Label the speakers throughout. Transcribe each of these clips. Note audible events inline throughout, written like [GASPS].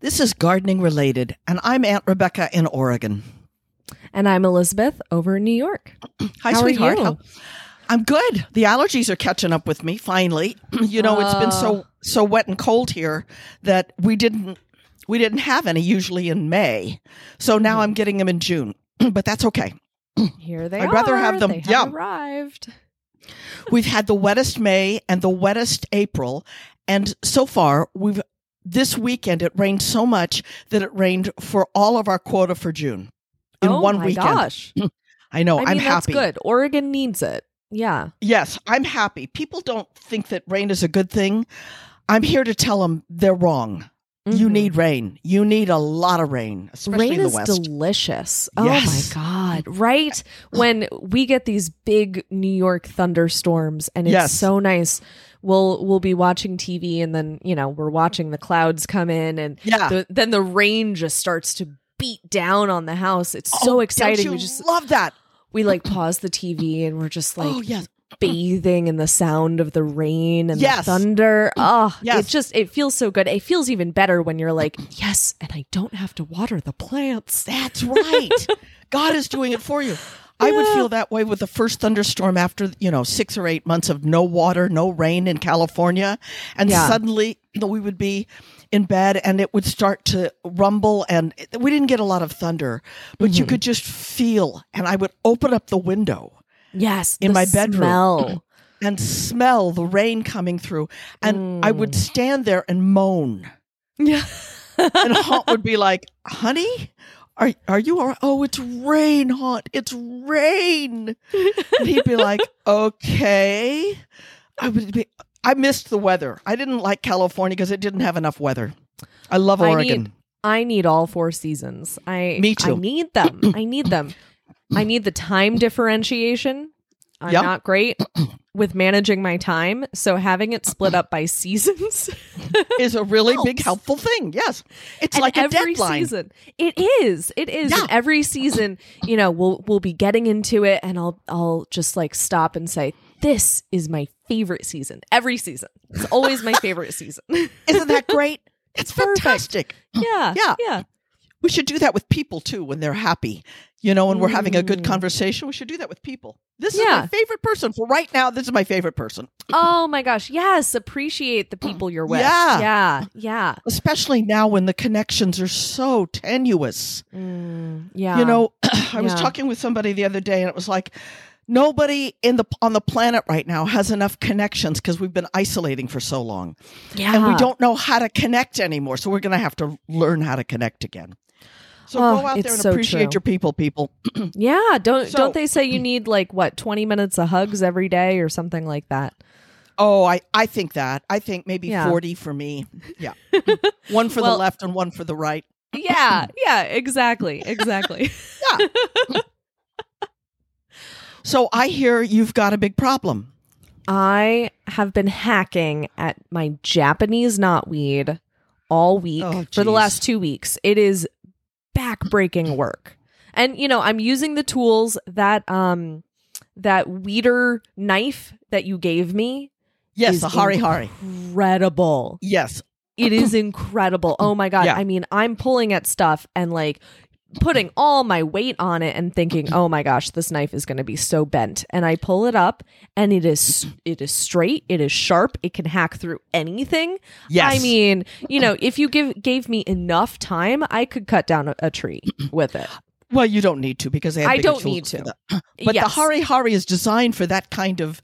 Speaker 1: This is gardening related, and I'm Aunt Rebecca in Oregon.
Speaker 2: And I'm Elizabeth over in New
Speaker 1: [CLEARS THROAT]
Speaker 2: York.
Speaker 1: Hi,
Speaker 2: How are
Speaker 1: sweetheart.
Speaker 2: you?
Speaker 1: How- I'm good. The allergies are catching up with me finally. [CLEARS THROAT] you know, it's been
Speaker 2: Ah.
Speaker 1: so so wet and cold here that we didn't we didn't have any usually in May. So now I'm getting them in June. [CLEARS THROAT] but that's okay.
Speaker 2: Here they are.
Speaker 1: I'd rather have them-
Speaker 2: They have
Speaker 1: yeah.
Speaker 2: arrived.
Speaker 1: We've had the wettest May and the wettest April, and so far we've this weekend it rained so much that it rained for all of our quota for June in
Speaker 2: Oh
Speaker 1: one
Speaker 2: my
Speaker 1: weekend.
Speaker 2: gosh.
Speaker 1: I know.
Speaker 2: I mean,
Speaker 1: am
Speaker 2: that's
Speaker 1: happy.
Speaker 2: good. Oregon needs it. Yeah.
Speaker 1: Yes, I'm happy. People don't think that rain is a good thing. I'm here to tell them they're wrong. You
Speaker 2: Mhm.
Speaker 1: need rain. You need a lot of rain, especially in
Speaker 2: Rain
Speaker 1: the
Speaker 2: is
Speaker 1: West.
Speaker 2: delicious.
Speaker 1: Yes.
Speaker 2: Oh my god! Right when we get these big New York thunderstorms, and it's
Speaker 1: Yes.
Speaker 2: so nice. We'll we'll be watching TV, and then you know we're watching the clouds come in, and
Speaker 1: yeah.
Speaker 2: the, then the rain just starts to beat down on the house. It's
Speaker 1: Oh,
Speaker 2: so
Speaker 1: don't
Speaker 2: exciting.
Speaker 1: you
Speaker 2: We just
Speaker 1: love that.
Speaker 2: we like pause the TV, and we're just like
Speaker 1: oh yes.
Speaker 2: bathing in the sound of the rain and
Speaker 1: Yes.
Speaker 2: the thunder. Oh,
Speaker 1: Yes.
Speaker 2: it just it feels so good. It feels even better when you're like, yes, and I don't have to water the plants.
Speaker 1: That's right. God is doing it for you. I would feel that way with the first thunderstorm after, you know, six or eight months of no water, no rain in California. And
Speaker 2: Yeah.
Speaker 1: suddenly you know, we would be in bed and it would start to rumble. And it- we didn't get a lot of thunder, but you could just feel. And I would open up the window
Speaker 2: Yes,
Speaker 1: In
Speaker 2: the
Speaker 1: my bedroom.
Speaker 2: Smell.
Speaker 1: and smell the rain coming through. And I would stand there and moan.
Speaker 2: Yeah.
Speaker 1: And Haunt would be like, honey, are, are you all right? Oh, it's rain, Haunt. It's rain. And he'd be like, okay. I would be, I missed the weather. I didn't like California because it didn't have enough weather. I love
Speaker 2: I
Speaker 1: Oregon.
Speaker 2: need I need all four seasons. I
Speaker 1: Me too.
Speaker 2: I need them. I need them. I need the time differentiation. I'm
Speaker 1: Yep.
Speaker 2: not great with managing my time, so having it split up by seasons
Speaker 1: is a really big
Speaker 2: helps.
Speaker 1: helpful thing. Yes. It's
Speaker 2: And
Speaker 1: like a
Speaker 2: every
Speaker 1: deadline.
Speaker 2: season. It is. It is.
Speaker 1: Yeah.
Speaker 2: And every season, you know, we'll we'll be getting into it and I'll I'll just like stop and say, This is my favorite season. Every season. It's always my favorite season. [LAUGHS]
Speaker 1: Isn't that great? It's
Speaker 2: Perfect.
Speaker 1: fantastic.
Speaker 2: yeah.
Speaker 1: Yeah.
Speaker 2: Yeah.
Speaker 1: We should do that with people too when they're happy. You know, when we're having a good
Speaker 2: Mm.
Speaker 1: conversation, we should do that with people. This is my
Speaker 2: Yeah.
Speaker 1: favorite person. For right now, this is my favorite person,
Speaker 2: Oh my gosh. Yes. Appreciate the people you're with.
Speaker 1: Yeah.
Speaker 2: Yeah. Yeah.
Speaker 1: especially now when the connections are so tenuous.
Speaker 2: Mm, yeah.
Speaker 1: You know, [CLEARS THROAT] I was
Speaker 2: Yeah.
Speaker 1: talking with somebody the other day and it was like nobody in the on the planet right now has enough connections because we've been isolating for so long.
Speaker 2: yeah.
Speaker 1: And we don't know how to connect anymore. So we're going to have to learn how to connect again. So
Speaker 2: Oh,
Speaker 1: go out
Speaker 2: it's
Speaker 1: there and
Speaker 2: so
Speaker 1: appreciate
Speaker 2: true.
Speaker 1: your people, people.
Speaker 2: Yeah. Don't
Speaker 1: So-
Speaker 2: don't they say you need like what, twenty minutes of hugs every day or something
Speaker 1: [LAUGHS]
Speaker 2: like that?
Speaker 1: Oh, I, I think that. I think maybe
Speaker 2: Yeah.
Speaker 1: 40 for me.
Speaker 2: [LAUGHS]
Speaker 1: Yeah. one for the
Speaker 2: Well-
Speaker 1: left and one for the right.
Speaker 2: Yeah, yeah, exactly, exactly.
Speaker 1: So I hear you've got a big problem.
Speaker 2: I have been hacking at my Japanese knotweed all week
Speaker 1: Oh,
Speaker 2: for the
Speaker 1: geez.
Speaker 2: last two weeks. It is backbreaking work. And you know, I'm using the tools that um that weeder knife that you gave me.
Speaker 1: Yes,
Speaker 2: is
Speaker 1: the Hari Hari.
Speaker 2: Incredible.
Speaker 1: Yes. [CLEARS THROAT]
Speaker 2: It is incredible. Oh my god.
Speaker 1: Yeah.
Speaker 2: I mean, I'm pulling at stuff and like putting all my weight on it and thinking, "Oh my gosh, this knife is going to be so bent." And I pull it up and it is it is straight, it is sharp, it can hack through anything.
Speaker 1: Yes.
Speaker 2: I mean, you know, if you give gave me enough time, I could cut down a, a tree with it.
Speaker 1: Well, you don't need to because they have
Speaker 2: I
Speaker 1: bigger
Speaker 2: don't
Speaker 1: tools
Speaker 2: need
Speaker 1: for
Speaker 2: to.
Speaker 1: that. But the
Speaker 2: Yes.
Speaker 1: Hari Hari is designed for that kind of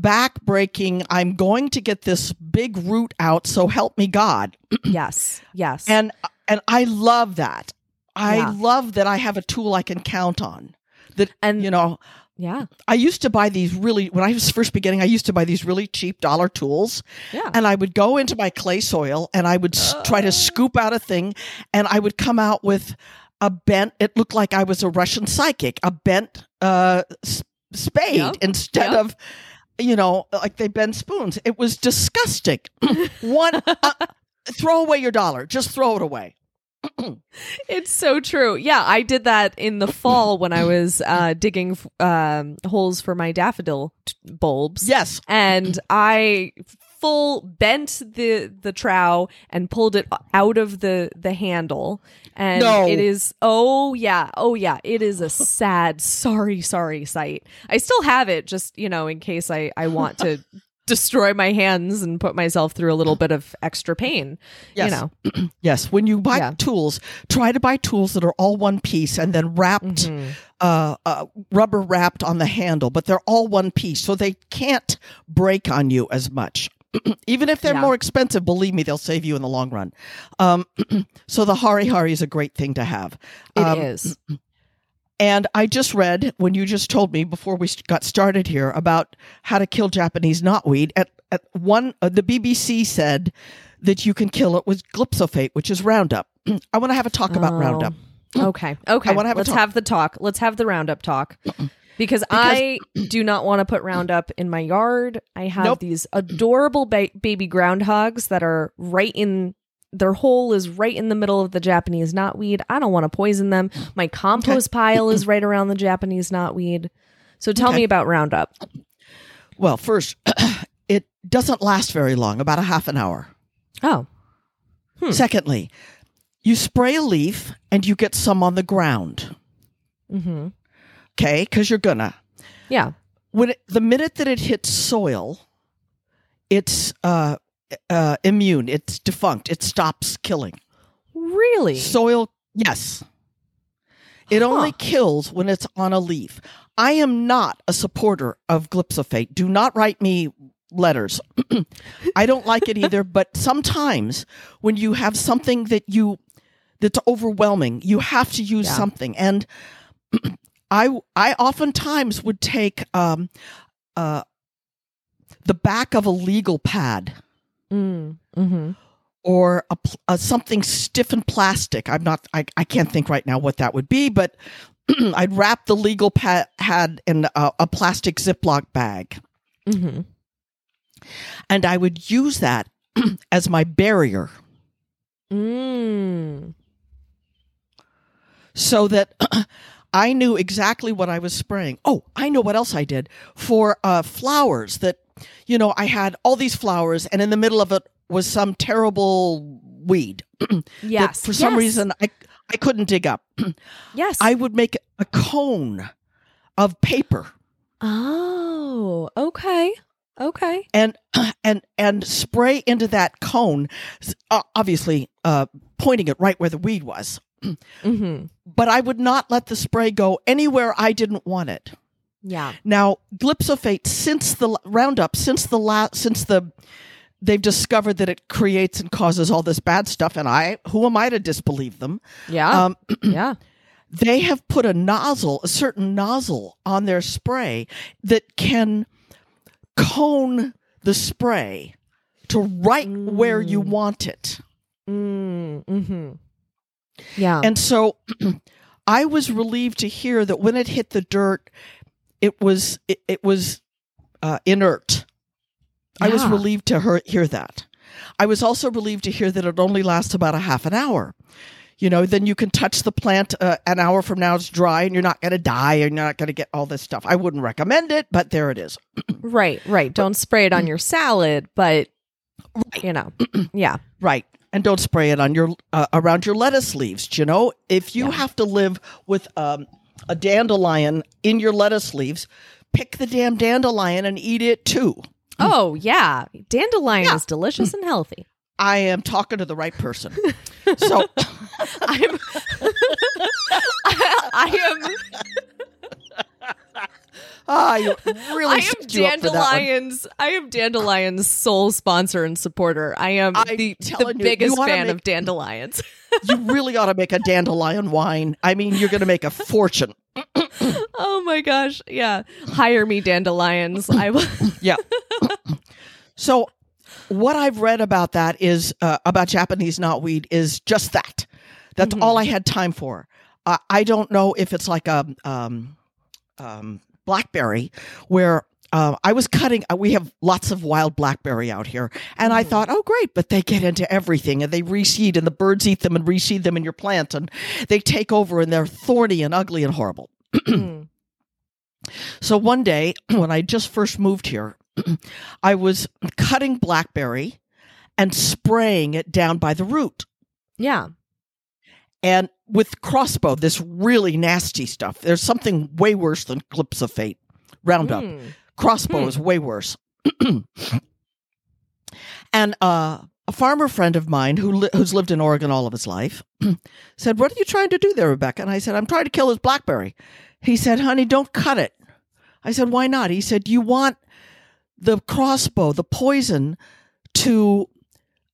Speaker 1: backbreaking. I'm going to get this big root out, so help me God.
Speaker 2: [CLEARS THROAT] yes. Yes.
Speaker 1: And and I love that. I
Speaker 2: Yeah.
Speaker 1: love that I have a tool I can count on. That
Speaker 2: And-
Speaker 1: you know,
Speaker 2: yeah.
Speaker 1: I used to buy these really when I was first beginning. I used to buy these really cheap dollar tools,
Speaker 2: Yeah.
Speaker 1: and I would go into my clay soil and I would s try to scoop out a thing, and I would come out with a bent. It looked like I was a Russian psychic, a bent uh, s- spade
Speaker 2: Yep.
Speaker 1: instead
Speaker 2: Yep.
Speaker 1: of you know like they bend spoons. It was disgusting. [CLEARS THROAT] One, uh, throw away your dollar. Just throw it away.
Speaker 2: It's so true. Yeah, I did that in the fall when I was uh, digging f- um, holes for my daffodil t- bulbs.
Speaker 1: Yes,
Speaker 2: And I full bent the the trow and pulled it out of the the handle and
Speaker 1: No.
Speaker 2: it is oh yeah oh yeah it is a sad sorry sorry sight i still have it just you know in case i i want to destroy my hands and put myself through a little bit of extra pain
Speaker 1: Yes.
Speaker 2: you know
Speaker 1: Yes, when you buy
Speaker 2: Yeah.
Speaker 1: tools, try to buy tools that are all one piece and then wrapped,
Speaker 2: Mm-hmm.
Speaker 1: uh, uh, rubber wrapped on the handle, but they're all one piece, so they can't break on you as much. [CLEARS THROAT] Even if they're
Speaker 2: Yeah.
Speaker 1: more expensive, believe me, they'll save you in the long run. Um, [CLEARS THROAT] so the Hari Hari is a great thing to have.
Speaker 2: It is.
Speaker 1: Um, And I just read when you just told me before we st- got started here about how to kill Japanese knotweed. At, at one, uh, the BBC said that you can kill it with glyphosate, which is Roundup. [CLEARS THROAT] I want to have a talk about
Speaker 2: Oh.
Speaker 1: Roundup.
Speaker 2: Okay. Okay.
Speaker 1: I wanna have a
Speaker 2: Let's
Speaker 1: talk.
Speaker 2: have the talk. Let's have the roundup talk. Because, I do not want to put Roundup in my yard. I have
Speaker 1: Nope.
Speaker 2: these adorable ba- baby groundhogs that are right in their hole is right in the middle of the Japanese knotweed. I don't want to poison them.
Speaker 1: Mm.
Speaker 2: My compost pile is right around the Japanese knotweed. So tell
Speaker 1: Okay.
Speaker 2: me about Roundup.
Speaker 1: Well, first, [CLEARS THROAT] it doesn't last very long, about a half an hour.
Speaker 2: Oh,
Speaker 1: Secondly, you spray a leaf and you get some on the ground.
Speaker 2: hmm
Speaker 1: Okay, because you're gonna.
Speaker 2: yeah.
Speaker 1: when it, the minute that it hits soil, it's uh, uh, immune. It's defunct. It stops killing
Speaker 2: Really?
Speaker 1: soil. Yes, it only
Speaker 2: Huh.
Speaker 1: kills when it's on a leaf. I am not a supporter of glyphosate. Do not write me letters. [CLEARS THROAT] I don't like
Speaker 2: [LAUGHS]
Speaker 1: it either. But sometimes when you have something that you that's overwhelming, you have to use
Speaker 2: Yeah.
Speaker 1: something. And [CLEARS THROAT] I I oftentimes would take um, uh, the back of a legal pad
Speaker 2: mm. hmm
Speaker 1: or a, pl- a something stiff and plastic. I'm not. I, I can't think right now what that would be, but [CLEARS THROAT] I'd wrap the legal pad had in a, a plastic Ziploc bag,
Speaker 2: hmm
Speaker 1: and I would use that [CLEARS THROAT] as my barrier,
Speaker 2: Mm.
Speaker 1: so that [CLEARS THROAT] I knew exactly what I was spraying. Oh, I know what else I did for uh, flowers. That you know, I had all these flowers, and in the middle of it was some terrible weed
Speaker 2: Yes.
Speaker 1: that for some
Speaker 2: Yes.
Speaker 1: reason I I couldn't dig up. [CLEARS THROAT]
Speaker 2: Yes.
Speaker 1: I would make a cone of paper
Speaker 2: Oh, okay. Okay.
Speaker 1: and and and spray into that cone, s- uh, obviously uh, pointing it right where the weed was.
Speaker 2: Mm-hmm.
Speaker 1: But I would not let the spray go anywhere I didn't want it.
Speaker 2: Yeah.
Speaker 1: Now, glyphosate since the l- Roundup, since the la- since the they've discovered that it creates and causes all this bad stuff, and I who am I to disbelieve them?
Speaker 2: Yeah.
Speaker 1: Um,
Speaker 2: [CLEARS THROAT] yeah.
Speaker 1: they have put a nozzle, a certain nozzle on their spray that can cone the spray to right where you want it.
Speaker 2: Mm-hmm. Yeah.
Speaker 1: And so [CLEARS THROAT] I was relieved to hear that when it hit the dirt, it was it, it was uh, inert. I was
Speaker 2: Yeah.
Speaker 1: relieved to hear, hear that. I was also relieved to hear that it only lasts about a half an hour. You know, then you can touch the plant uh, an hour from now. It's dry, and you're not going to die, and you're not going to get all this stuff. I wouldn't recommend it, but there it is.
Speaker 2: right. Right. Don't spray it on your salad, but you [CLEARS THROAT] know. Yeah.
Speaker 1: Right. And don't spray it on your uh, around your lettuce leaves. You know, if you have to live with um, a dandelion in your lettuce leaves, pick the damn dandelion and eat it too.
Speaker 2: Oh, yeah. Dandelion is delicious and healthy.
Speaker 1: I am talking to the right person. so
Speaker 2: [LAUGHS] I'm [LAUGHS] I [LAUGHS] am
Speaker 1: ah, you really
Speaker 2: I am
Speaker 1: set you up for that one.
Speaker 2: Dandelion's I am Dandelion's sole sponsor and supporter. I am
Speaker 1: I'm
Speaker 2: the,
Speaker 1: telling
Speaker 2: the
Speaker 1: you, you
Speaker 2: biggest
Speaker 1: wanna
Speaker 2: fan
Speaker 1: make-
Speaker 2: of Dandelions.
Speaker 1: You really ought to make a dandelion wine. I mean, you're going to make a fortune.
Speaker 2: Oh my gosh. Yeah. Hire me, dandelions. I will.
Speaker 1: [COUGHS] Yeah. so, what I've read about that is uh, about Japanese knotweed is just that. That's all I had time for. Uh, I don't know if it's like a um, um, blackberry where. Uh, I was cutting. Uh, we have lots of wild blackberry out here, and I thought, oh great! But they get into everything, and they reseed, and the birds eat them and reseed them in your plant, and they take over, and they're thorny and [CLEARS THROAT] ugly and horrible. So one day, when I just first moved here, [CLEARS THROAT] I was cutting blackberry and spraying it down by the root
Speaker 2: [COUGHS] Yeah.
Speaker 1: and with crossbow, this really nasty stuff. There's something way worse than glyphosate, Roundup.
Speaker 2: Mm.
Speaker 1: Crossbow
Speaker 2: Hmm.
Speaker 1: is way worse. [CLEARS THROAT] and uh, a farmer friend of mine who li- who's lived in Oregon all of his life [CLEARS THROAT] said, "What are you trying to do there, Rebecca?" And I said, "I'm trying to kill his blackberry." He said, "Honey, don't cut it." I said, "Why not?" He said, "You want the crossbow, the poison, to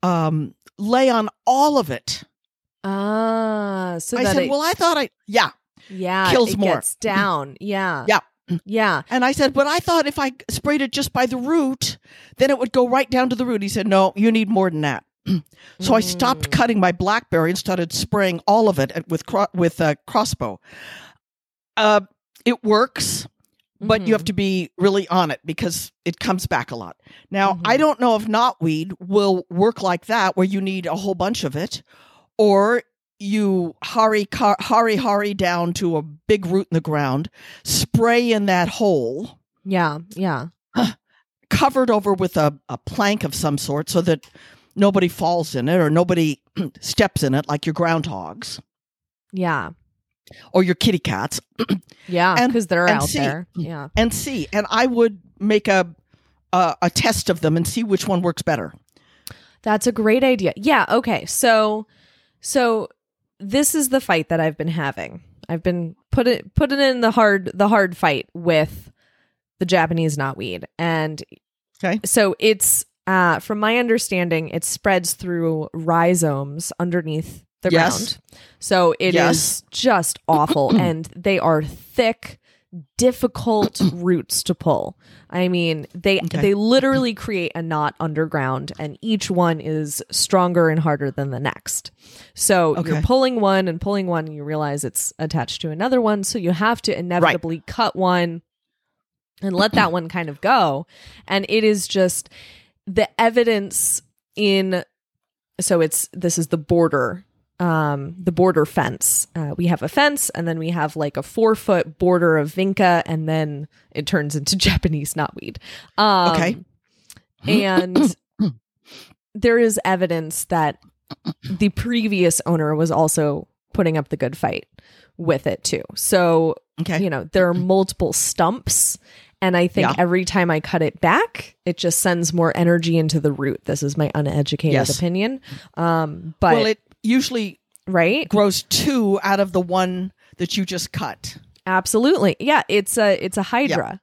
Speaker 1: um, lay on all of it."
Speaker 2: Ah, so
Speaker 1: I
Speaker 2: that
Speaker 1: said,
Speaker 2: it,
Speaker 1: "Well, I thought I yeah."
Speaker 2: yeah,
Speaker 1: kills
Speaker 2: it
Speaker 1: more.
Speaker 2: gets down. Yeah.
Speaker 1: Yeah.
Speaker 2: Yeah.
Speaker 1: And I said, but I thought if I sprayed it just by the root, then it would go right down to the root. He said, no, you need more than that. so I
Speaker 2: Mm.
Speaker 1: stopped cutting my blackberry and started spraying all of it at- with cro- with uh, crossbow. Uh, it works, but you have to be really on it because it comes back a lot. Now I
Speaker 2: Mhm.
Speaker 1: don't know if knotweed will work like that, where you need a whole bunch of it, or you hurry car- hurry hurry down to a big root in the ground, spray in that hole
Speaker 2: Yeah. Mm-hmm. Yeah.
Speaker 1: covered over with a, a plank of some sort so that nobody falls in it or nobody [CLEARS THROAT] steps in it like your groundhogs
Speaker 2: Yeah.
Speaker 1: or your kitty cats
Speaker 2: Yeah.
Speaker 1: And-
Speaker 2: Because they're
Speaker 1: and
Speaker 2: out
Speaker 1: see.
Speaker 2: there. Yeah.
Speaker 1: and see and i would make a a, a test of them and see which one works better
Speaker 2: That's a great idea. Yeah, okay. So so this is the fight that I've been having. I've been put it putting in the hard the hard fight with the Japanese knotweed. And
Speaker 1: Okay.
Speaker 2: so it's uh from my understanding, it spreads through rhizomes underneath the
Speaker 1: Yes.
Speaker 2: ground. So it is
Speaker 1: Yes.
Speaker 2: just
Speaker 1: [CLEARS THROAT]
Speaker 2: awful and they are thick difficult roots to pull. I mean, they
Speaker 1: Okay.
Speaker 2: they literally create a knot underground and each one is stronger and harder than the next. So you're
Speaker 1: Okay.
Speaker 2: pulling one and pulling one and you realize it's attached to another one, so you have to inevitably cut one and let that one kind of go. And it is just the evidence in so it's this is the border um the border fence uh, we have a fence and then we have like a four foot border of vinca and then it turns into [LAUGHS] japanese knotweed um,
Speaker 1: Okay.
Speaker 2: and there is evidence that the previous owner was also putting up the good fight with it too so
Speaker 1: okay Mm-hmm.
Speaker 2: you know there are multiple stumps and i think
Speaker 1: Yeah.
Speaker 2: every time i cut it back it just sends more energy into the root this is my uneducated
Speaker 1: Yes.
Speaker 2: opinion um but
Speaker 1: well it usually
Speaker 2: right
Speaker 1: grows two out of the one that you just cut
Speaker 2: absolutely yeah it's a it's a hydra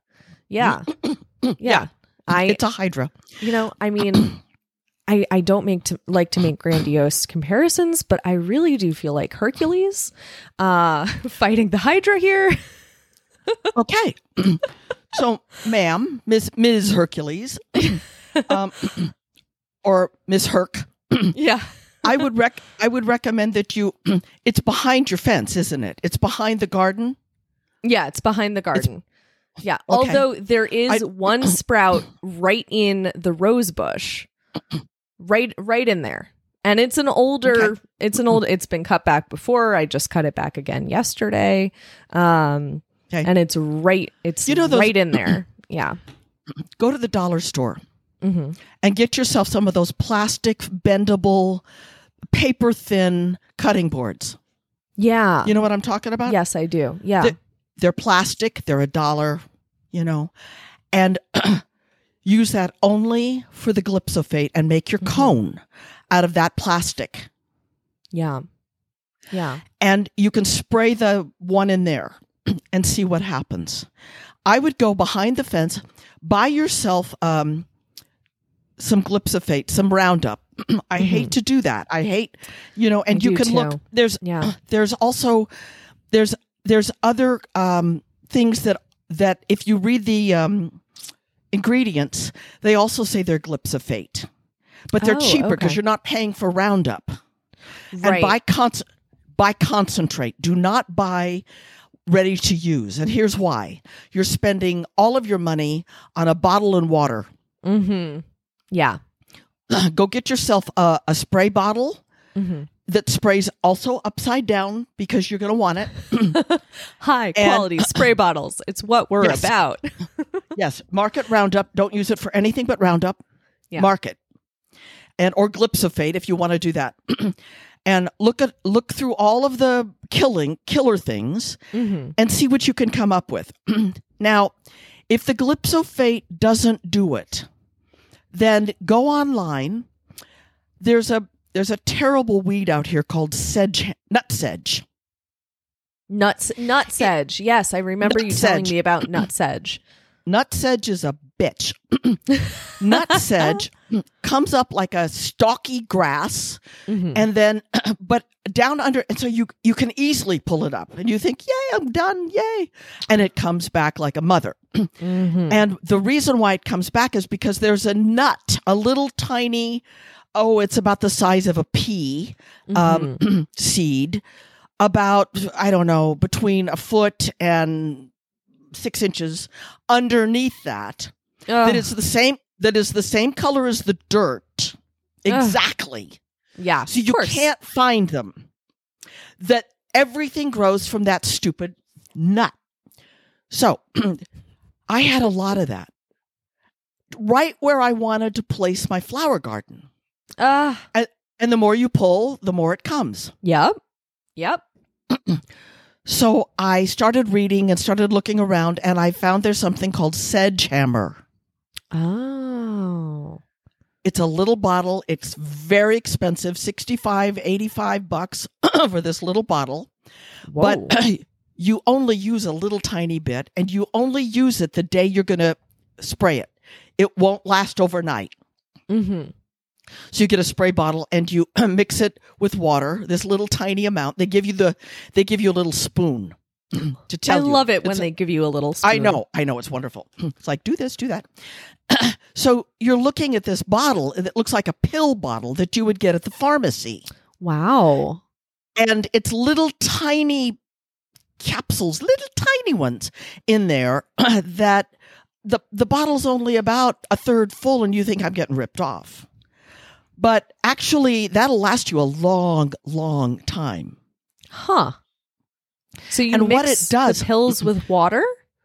Speaker 2: yeah yeah,
Speaker 1: [CLEARS THROAT] Yeah.
Speaker 2: i
Speaker 1: it's a hydra
Speaker 2: you know i mean i i don't make to like to make grandiose comparisons but i really do feel like hercules uh [LAUGHS] fighting the hydra here [LAUGHS]
Speaker 1: okay [CLEARS THROAT] so ma'am miss ms hercules [CLEARS THROAT] um, [CLEARS THROAT] or miss herc
Speaker 2: yeah
Speaker 1: I would rec I would recommend that you [CLEARS THROAT] it's behind your fence, isn't it? It's behind the garden.
Speaker 2: Yeah, it's behind the garden. yeah.
Speaker 1: Okay.
Speaker 2: Although there is
Speaker 1: I- [CLEARS THROAT]
Speaker 2: one sprout right in the rose bush. Right right in there. And it's an older
Speaker 1: Okay.
Speaker 2: it's an old it's been cut back before. I just cut it back again yesterday. Um
Speaker 1: Okay.
Speaker 2: and it's right it's
Speaker 1: You know those- [CLEARS THROAT]
Speaker 2: right in there. Yeah.
Speaker 1: Go to the dollar store
Speaker 2: hmm
Speaker 1: and get yourself some of those plastic bendable paper thin cutting boards.
Speaker 2: Yeah.
Speaker 1: You know what I'm talking about?
Speaker 2: yes, I do. Yeah.
Speaker 1: The- They're plastic, they're a dollar, you know. And [CLEARS THROAT] use that only for the glyphosate and make your
Speaker 2: Mhm.
Speaker 1: cone out of that plastic.
Speaker 2: yeah. Yeah.
Speaker 1: and you can spray the one in there [CLEARS THROAT] and see what happens. I would go behind the fence, buy yourself um, some glyphosate, some Roundup. [CLEARS THROAT] I hate to do that. I hate, you know, and
Speaker 2: Mm-hmm. I
Speaker 1: you
Speaker 2: do
Speaker 1: can look.
Speaker 2: too.
Speaker 1: There's
Speaker 2: Yeah.
Speaker 1: there's also there's there's other um, things that that if you read the um, ingredients, they also say they're glyphosate, but they're
Speaker 2: Oh,
Speaker 1: cheaper because
Speaker 2: okay.
Speaker 1: you're not paying for Roundup
Speaker 2: right.
Speaker 1: and buy con- buy concentrate. Do not buy ready to use. And here's why: you're spending all of your money on a bottle and water. [CLEARS THROAT]
Speaker 2: mm-hmm. Yeah.
Speaker 1: Go get yourself a, a spray bottle
Speaker 2: Mm-hmm.
Speaker 1: that sprays also upside down because you're going to want it.
Speaker 2: High quality spray bottles. It's what we're
Speaker 1: Yes.
Speaker 2: about. [LAUGHS]
Speaker 1: Yes, market Roundup. Don't use it for anything but Roundup.
Speaker 2: Yeah.
Speaker 1: Market. And or glyphosate if you want to do that. [CLEARS THROAT] and look at look through all of the killing killer things
Speaker 2: hmm
Speaker 1: and see what you can come up with. [CLEARS THROAT] now, if the glyphosate doesn't do it, then go online. There's a there's a terrible weed out here called sedge nut sedge.
Speaker 2: Nuts, nuts edge. Yes, I remember you telling
Speaker 1: Nutsedge.
Speaker 2: me about
Speaker 1: [CLEARS THROAT]
Speaker 2: nuts edge.
Speaker 1: Nut sedge is a bitch. [CLEARS THROAT] nut sedge comes up like a stalky grass
Speaker 2: Mhm.
Speaker 1: and then [CLEARS THROAT] but down under and so you you can easily pull it up and you think yay i'm done yay and it comes back like a mother
Speaker 2: Mhm.
Speaker 1: and the reason why it comes back is because there's a nut a little tiny oh it's about the size of a pea um,
Speaker 2: Mm-hmm.
Speaker 1: seed about i don't know between a foot and six inches underneath that [CLEARS THROAT]
Speaker 2: Ugh.
Speaker 1: that is the same that is the same color as the dirt
Speaker 2: Ugh.
Speaker 1: exactly
Speaker 2: yeah.
Speaker 1: so
Speaker 2: of
Speaker 1: you
Speaker 2: course.
Speaker 1: can't find them. That everything grows from that stupid nut. So [CLEARS THROAT] I had a lot of that right where I wanted to place my flower garden.
Speaker 2: Ah.
Speaker 1: And the more you pull, the more it comes.
Speaker 2: Yep. Yep.
Speaker 1: So I started reading and started looking around, and I found there's something called Sedgehammer.
Speaker 2: Oh.
Speaker 1: It's a little bottle. It's very expensive, 65, 85 bucks [CLEARS THROAT] for this little bottle. [CLEARS THROAT]
Speaker 2: Whoa.
Speaker 1: but you only use a little tiny bit and you only use it the day you're going to spray it it won't last overnight
Speaker 2: Mhm.
Speaker 1: so you get a spray bottle and you [CLEARS THROAT] mix it with water this little tiny amount they give you the they give you a little spoon [CLEARS THROAT] to tell
Speaker 2: I
Speaker 1: you.
Speaker 2: love it when
Speaker 1: It's-
Speaker 2: they give you a little.
Speaker 1: I
Speaker 2: spoon.
Speaker 1: know, I know, it's wonderful. [CLEARS THROAT] It's like, do this, do that. [CLEARS THROAT] so you're looking at this bottle that looks like a pill bottle that you would get at the pharmacy.
Speaker 2: Wow.
Speaker 1: and it's little tiny capsules, little tiny ones in there [CLEARS THROAT] that the the bottle's only about a third full, and you think I'm getting ripped off. But actually, that'll last you a long, long time.
Speaker 2: Huh. So you
Speaker 1: And
Speaker 2: mix
Speaker 1: what it does-
Speaker 2: the
Speaker 1: [CLEARS THROAT]
Speaker 2: pills with water,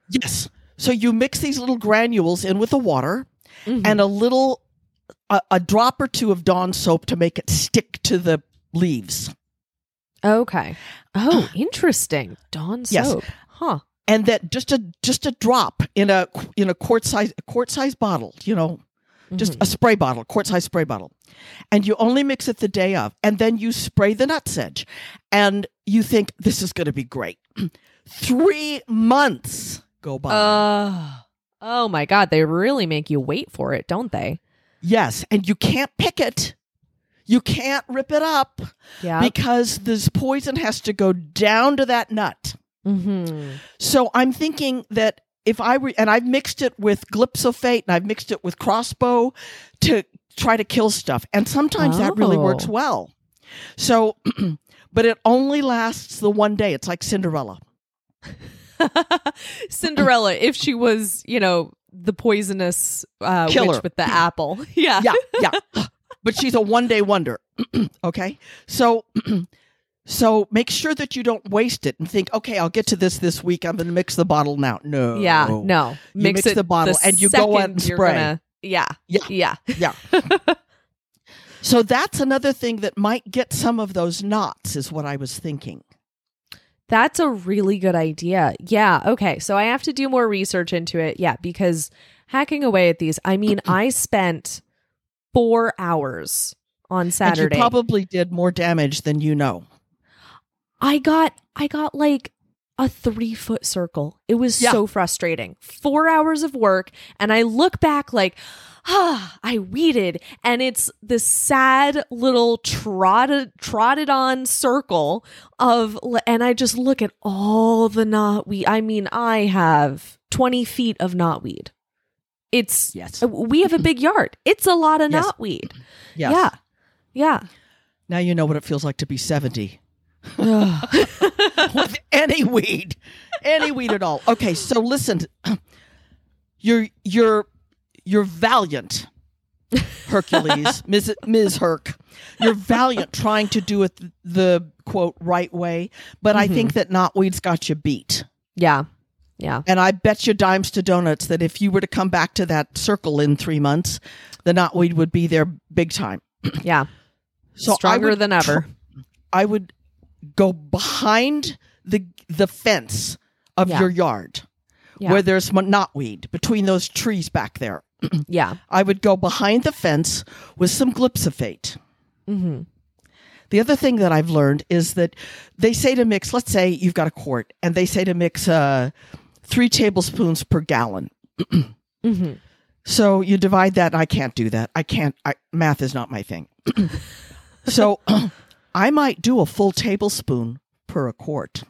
Speaker 1: Yes. So you mix these little granules in with the water
Speaker 2: Mhm.
Speaker 1: and a little, a, a drop or two of Dawn soap to make it stick to the leaves.
Speaker 2: okay.
Speaker 1: [CLEARS THROAT]
Speaker 2: Oh, interesting. Dawn
Speaker 1: Yes.
Speaker 2: soap. Huh.
Speaker 1: and that just a just a drop in a in a quart size a quart size bottle, you know, just
Speaker 2: Mm-hmm.
Speaker 1: a spray bottle, quart size spray bottle, and you only mix it the day of, and then you spray the nuts edge, and you think this is going to be great. [CLEARS THROAT] Three months go by.
Speaker 2: Uh, oh my God. They really make you wait for it, don't they?
Speaker 1: yes, and you can't pick it. You can't rip it up
Speaker 2: Yeah.
Speaker 1: because this poison has to go down to that nut.
Speaker 2: mm-hmm. [LAUGHS]
Speaker 1: So I'm thinking that if I were, and I've mixed it with glyphosate and I've mixed it with crossbow to try to kill stuff. And sometimes that really
Speaker 2: Oh.
Speaker 1: works well. So, [CLEARS THROAT] but it only lasts the one day. It's like
Speaker 2: [LAUGHS]
Speaker 1: Cinderella.
Speaker 2: Cinderella, if she was, you know, the poisonous uh,
Speaker 1: Killer.
Speaker 2: witch with the apple. [LAUGHS] Yeah.
Speaker 1: Yeah, yeah. but she's a one day wonder. [CLEARS THROAT] okay. So, [CLEARS THROAT] so make sure that you don't waste it and think, okay, I'll get to this this week. I'm going to mix the bottle now. No.
Speaker 2: Yeah, no.
Speaker 1: You mix the bottle and you go out
Speaker 2: second
Speaker 1: and
Speaker 2: you're
Speaker 1: spray.
Speaker 2: gonna- yeah.
Speaker 1: Yeah.
Speaker 2: Yeah.
Speaker 1: So that's another thing that might get some of those knots, is what I was thinking.
Speaker 2: That's a really good idea. Yeah. Okay. So I have to do more research into it. Yeah. Because hacking away at these,
Speaker 1: [CLEARS THROAT]
Speaker 2: I mean, I spent four hours on
Speaker 1: And
Speaker 2: Saturday.
Speaker 1: you probably did more damage than you know.
Speaker 2: I got, I got like a three foot circle. It was
Speaker 1: Yeah.
Speaker 2: so frustrating. Four hours of work. And I look back like, ah, I weeded. And it's this sad little trotted, trotted on circle of, and I just look at all the knotweed. I mean, I have 20 feet of knotweed. It's, uh,
Speaker 1: Yes. [LAUGHS]
Speaker 2: we have a big yard. It's a lot of
Speaker 1: Yes.
Speaker 2: knotweed.
Speaker 1: Yes.
Speaker 2: Yeah. Yeah.
Speaker 1: Now you know what it feels like to be [SIGHS] 70
Speaker 2: Ugh.
Speaker 1: with [LAUGHS] any weed, any weed at all. Okay, [CLEARS THROAT] so listen, you're you're you're valiant. [LAUGHS] Hercules, Ms. Ms. Herc. You're valiant trying to do it th- the quote right way, but I think that knotweed's got you beat.
Speaker 2: Yeah. Yeah.
Speaker 1: And I bet you dimes to donuts that if you were to come back to that circle in three months, the knotweed would be there big time.
Speaker 2: Yeah.
Speaker 1: So I
Speaker 2: Stronger
Speaker 1: would
Speaker 2: than ever.
Speaker 1: I would go behind the the fence of
Speaker 2: Yeah.
Speaker 1: your yard
Speaker 2: Yeah.
Speaker 1: where there's mon- knotweed between those trees back there.
Speaker 2: yeah.
Speaker 1: I would go behind the fence with some glyphosate. Mm-hmm.
Speaker 2: Mhm.
Speaker 1: The other thing that I've learned is that they say to mix, let's say you've got a quart, and they say to mix uh, three tablespoons per gallon.
Speaker 2: Mhm.
Speaker 1: So you divide that. I can't do that. I can't. I, math is not my thing. [CLEARS THROAT] so [CLEARS THROAT] I might do a full tablespoon per a quart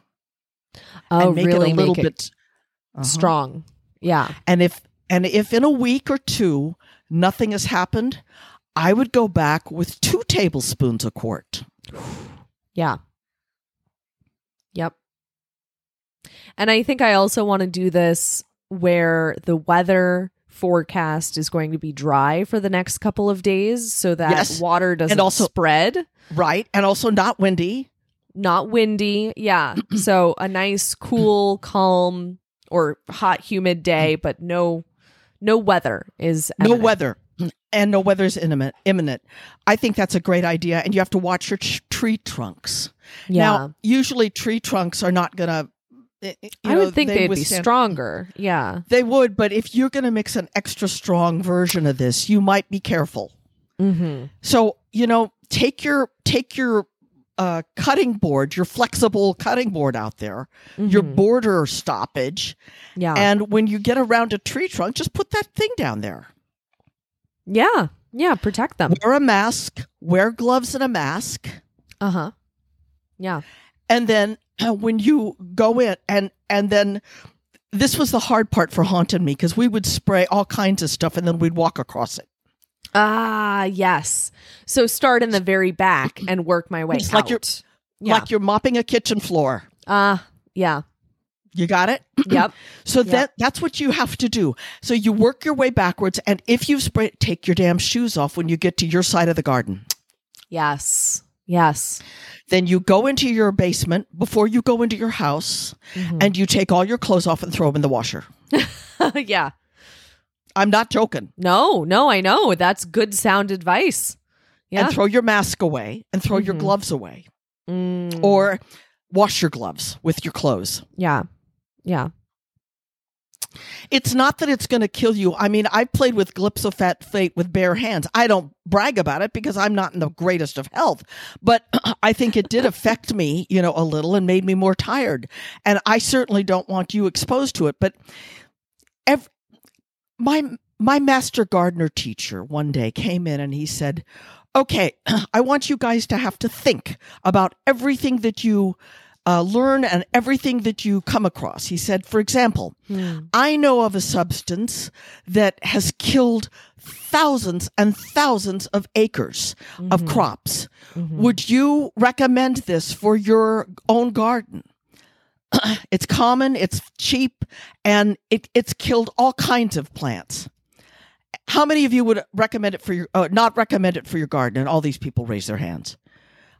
Speaker 2: Oh,
Speaker 1: and make
Speaker 2: really
Speaker 1: it a little
Speaker 2: make it
Speaker 1: bit uh-huh.
Speaker 2: strong. Yeah.
Speaker 1: And if and if in a week or two nothing has happened, I would go back with two tablespoons a quart.
Speaker 2: Yeah. Yep. And I think I also want to do this where the weather forecast is going to be dry for the next couple of days so that
Speaker 1: Yes.
Speaker 2: water doesn't
Speaker 1: also-
Speaker 2: spread,
Speaker 1: Right, and also not windy.
Speaker 2: not windy.
Speaker 1: [CLEARS THROAT]
Speaker 2: Yeah. so a nice cool, calm or hot humid day but no no weather is
Speaker 1: Mm. No
Speaker 2: eminent.
Speaker 1: weather. [CLEARS THROAT] And no weather's imminent. Imminent. I think that's a great idea. And you have to watch your ch- tree trunks.
Speaker 2: Yeah.
Speaker 1: Now, usually tree trunks are not eh, going to.
Speaker 2: I would think they would be
Speaker 1: withstand-
Speaker 2: stronger. Yeah.
Speaker 1: They would, but if you're going to mix an extra strong version of this, you might be careful.
Speaker 2: Mm-hmm.
Speaker 1: So you know, take your take your uh, cutting board, your flexible cutting board out there, your border stoppage,
Speaker 2: Mm-hmm. yeah.
Speaker 1: and when you get around a tree trunk, just put that thing down there.
Speaker 2: yeah. Yeah, protect them.
Speaker 1: Wear a mask, wear gloves and a mask,
Speaker 2: Uh-huh. Yeah.
Speaker 1: and then [CLEARS THROAT] uh, when you go in, and and then this was the hard part for haunting me because we would spray all kinds of stuff, and then we'd walk across it.
Speaker 2: Ah, yes. So start in the very back and work my way
Speaker 1: It's like
Speaker 2: out.
Speaker 1: you're-
Speaker 2: yeah.
Speaker 1: Like you're mopping a kitchen floor.
Speaker 2: ah, [CLEARS THROAT] yeah.
Speaker 1: You got it? [CLEARS THROAT]
Speaker 2: Yep.
Speaker 1: So
Speaker 2: Yeah.
Speaker 1: that that's what you have to do. So you work your way backwards, and if you spray, take your damn shoes off when you get to your side of the garden.
Speaker 2: yes. Yes.
Speaker 1: Then you go into your basement before you go into your house,
Speaker 2: Mm-hmm.
Speaker 1: and you take all your clothes off and throw them in the washer.
Speaker 2: [LAUGHS] yeah.
Speaker 1: I'm not joking.
Speaker 2: No, no, I know. That's good sound advice. Yeah.
Speaker 1: And throw your mask away, and throw your
Speaker 2: Mhm.
Speaker 1: gloves away,
Speaker 2: Mm,
Speaker 1: or wash your gloves with your clothes.
Speaker 2: yeah. Yeah.
Speaker 1: It's not that it's going to kill you. I mean, I've played with glyphosate fate with bare hands. I don't brag about it because I'm not in the greatest of health, but [CLEARS THROAT] I think it did affect me, you know, a little and made me more tired. And I certainly don't want you exposed to it, but ev- my my master gardener teacher one day came in and he said, "Okay, [CLEARS THROAT] I want you guys to have to think about everything that you uh, learn and everything that you come across." He said, "For example,
Speaker 2: Hmm.
Speaker 1: I know of a substance that has killed thousands and thousands of acres of crops.
Speaker 2: Mm-hmm.
Speaker 1: Would you recommend this for your own garden? [CLEARS THROAT] it's common, it's cheap, and it, it's killed all kinds of plants. How many of you would recommend it for your uh, not recommend it for your garden? And all these people raised their hands.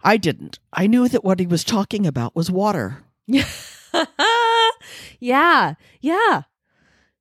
Speaker 1: I didn't. I knew that what he was talking about was water.
Speaker 2: [LAUGHS] yeah. Yeah.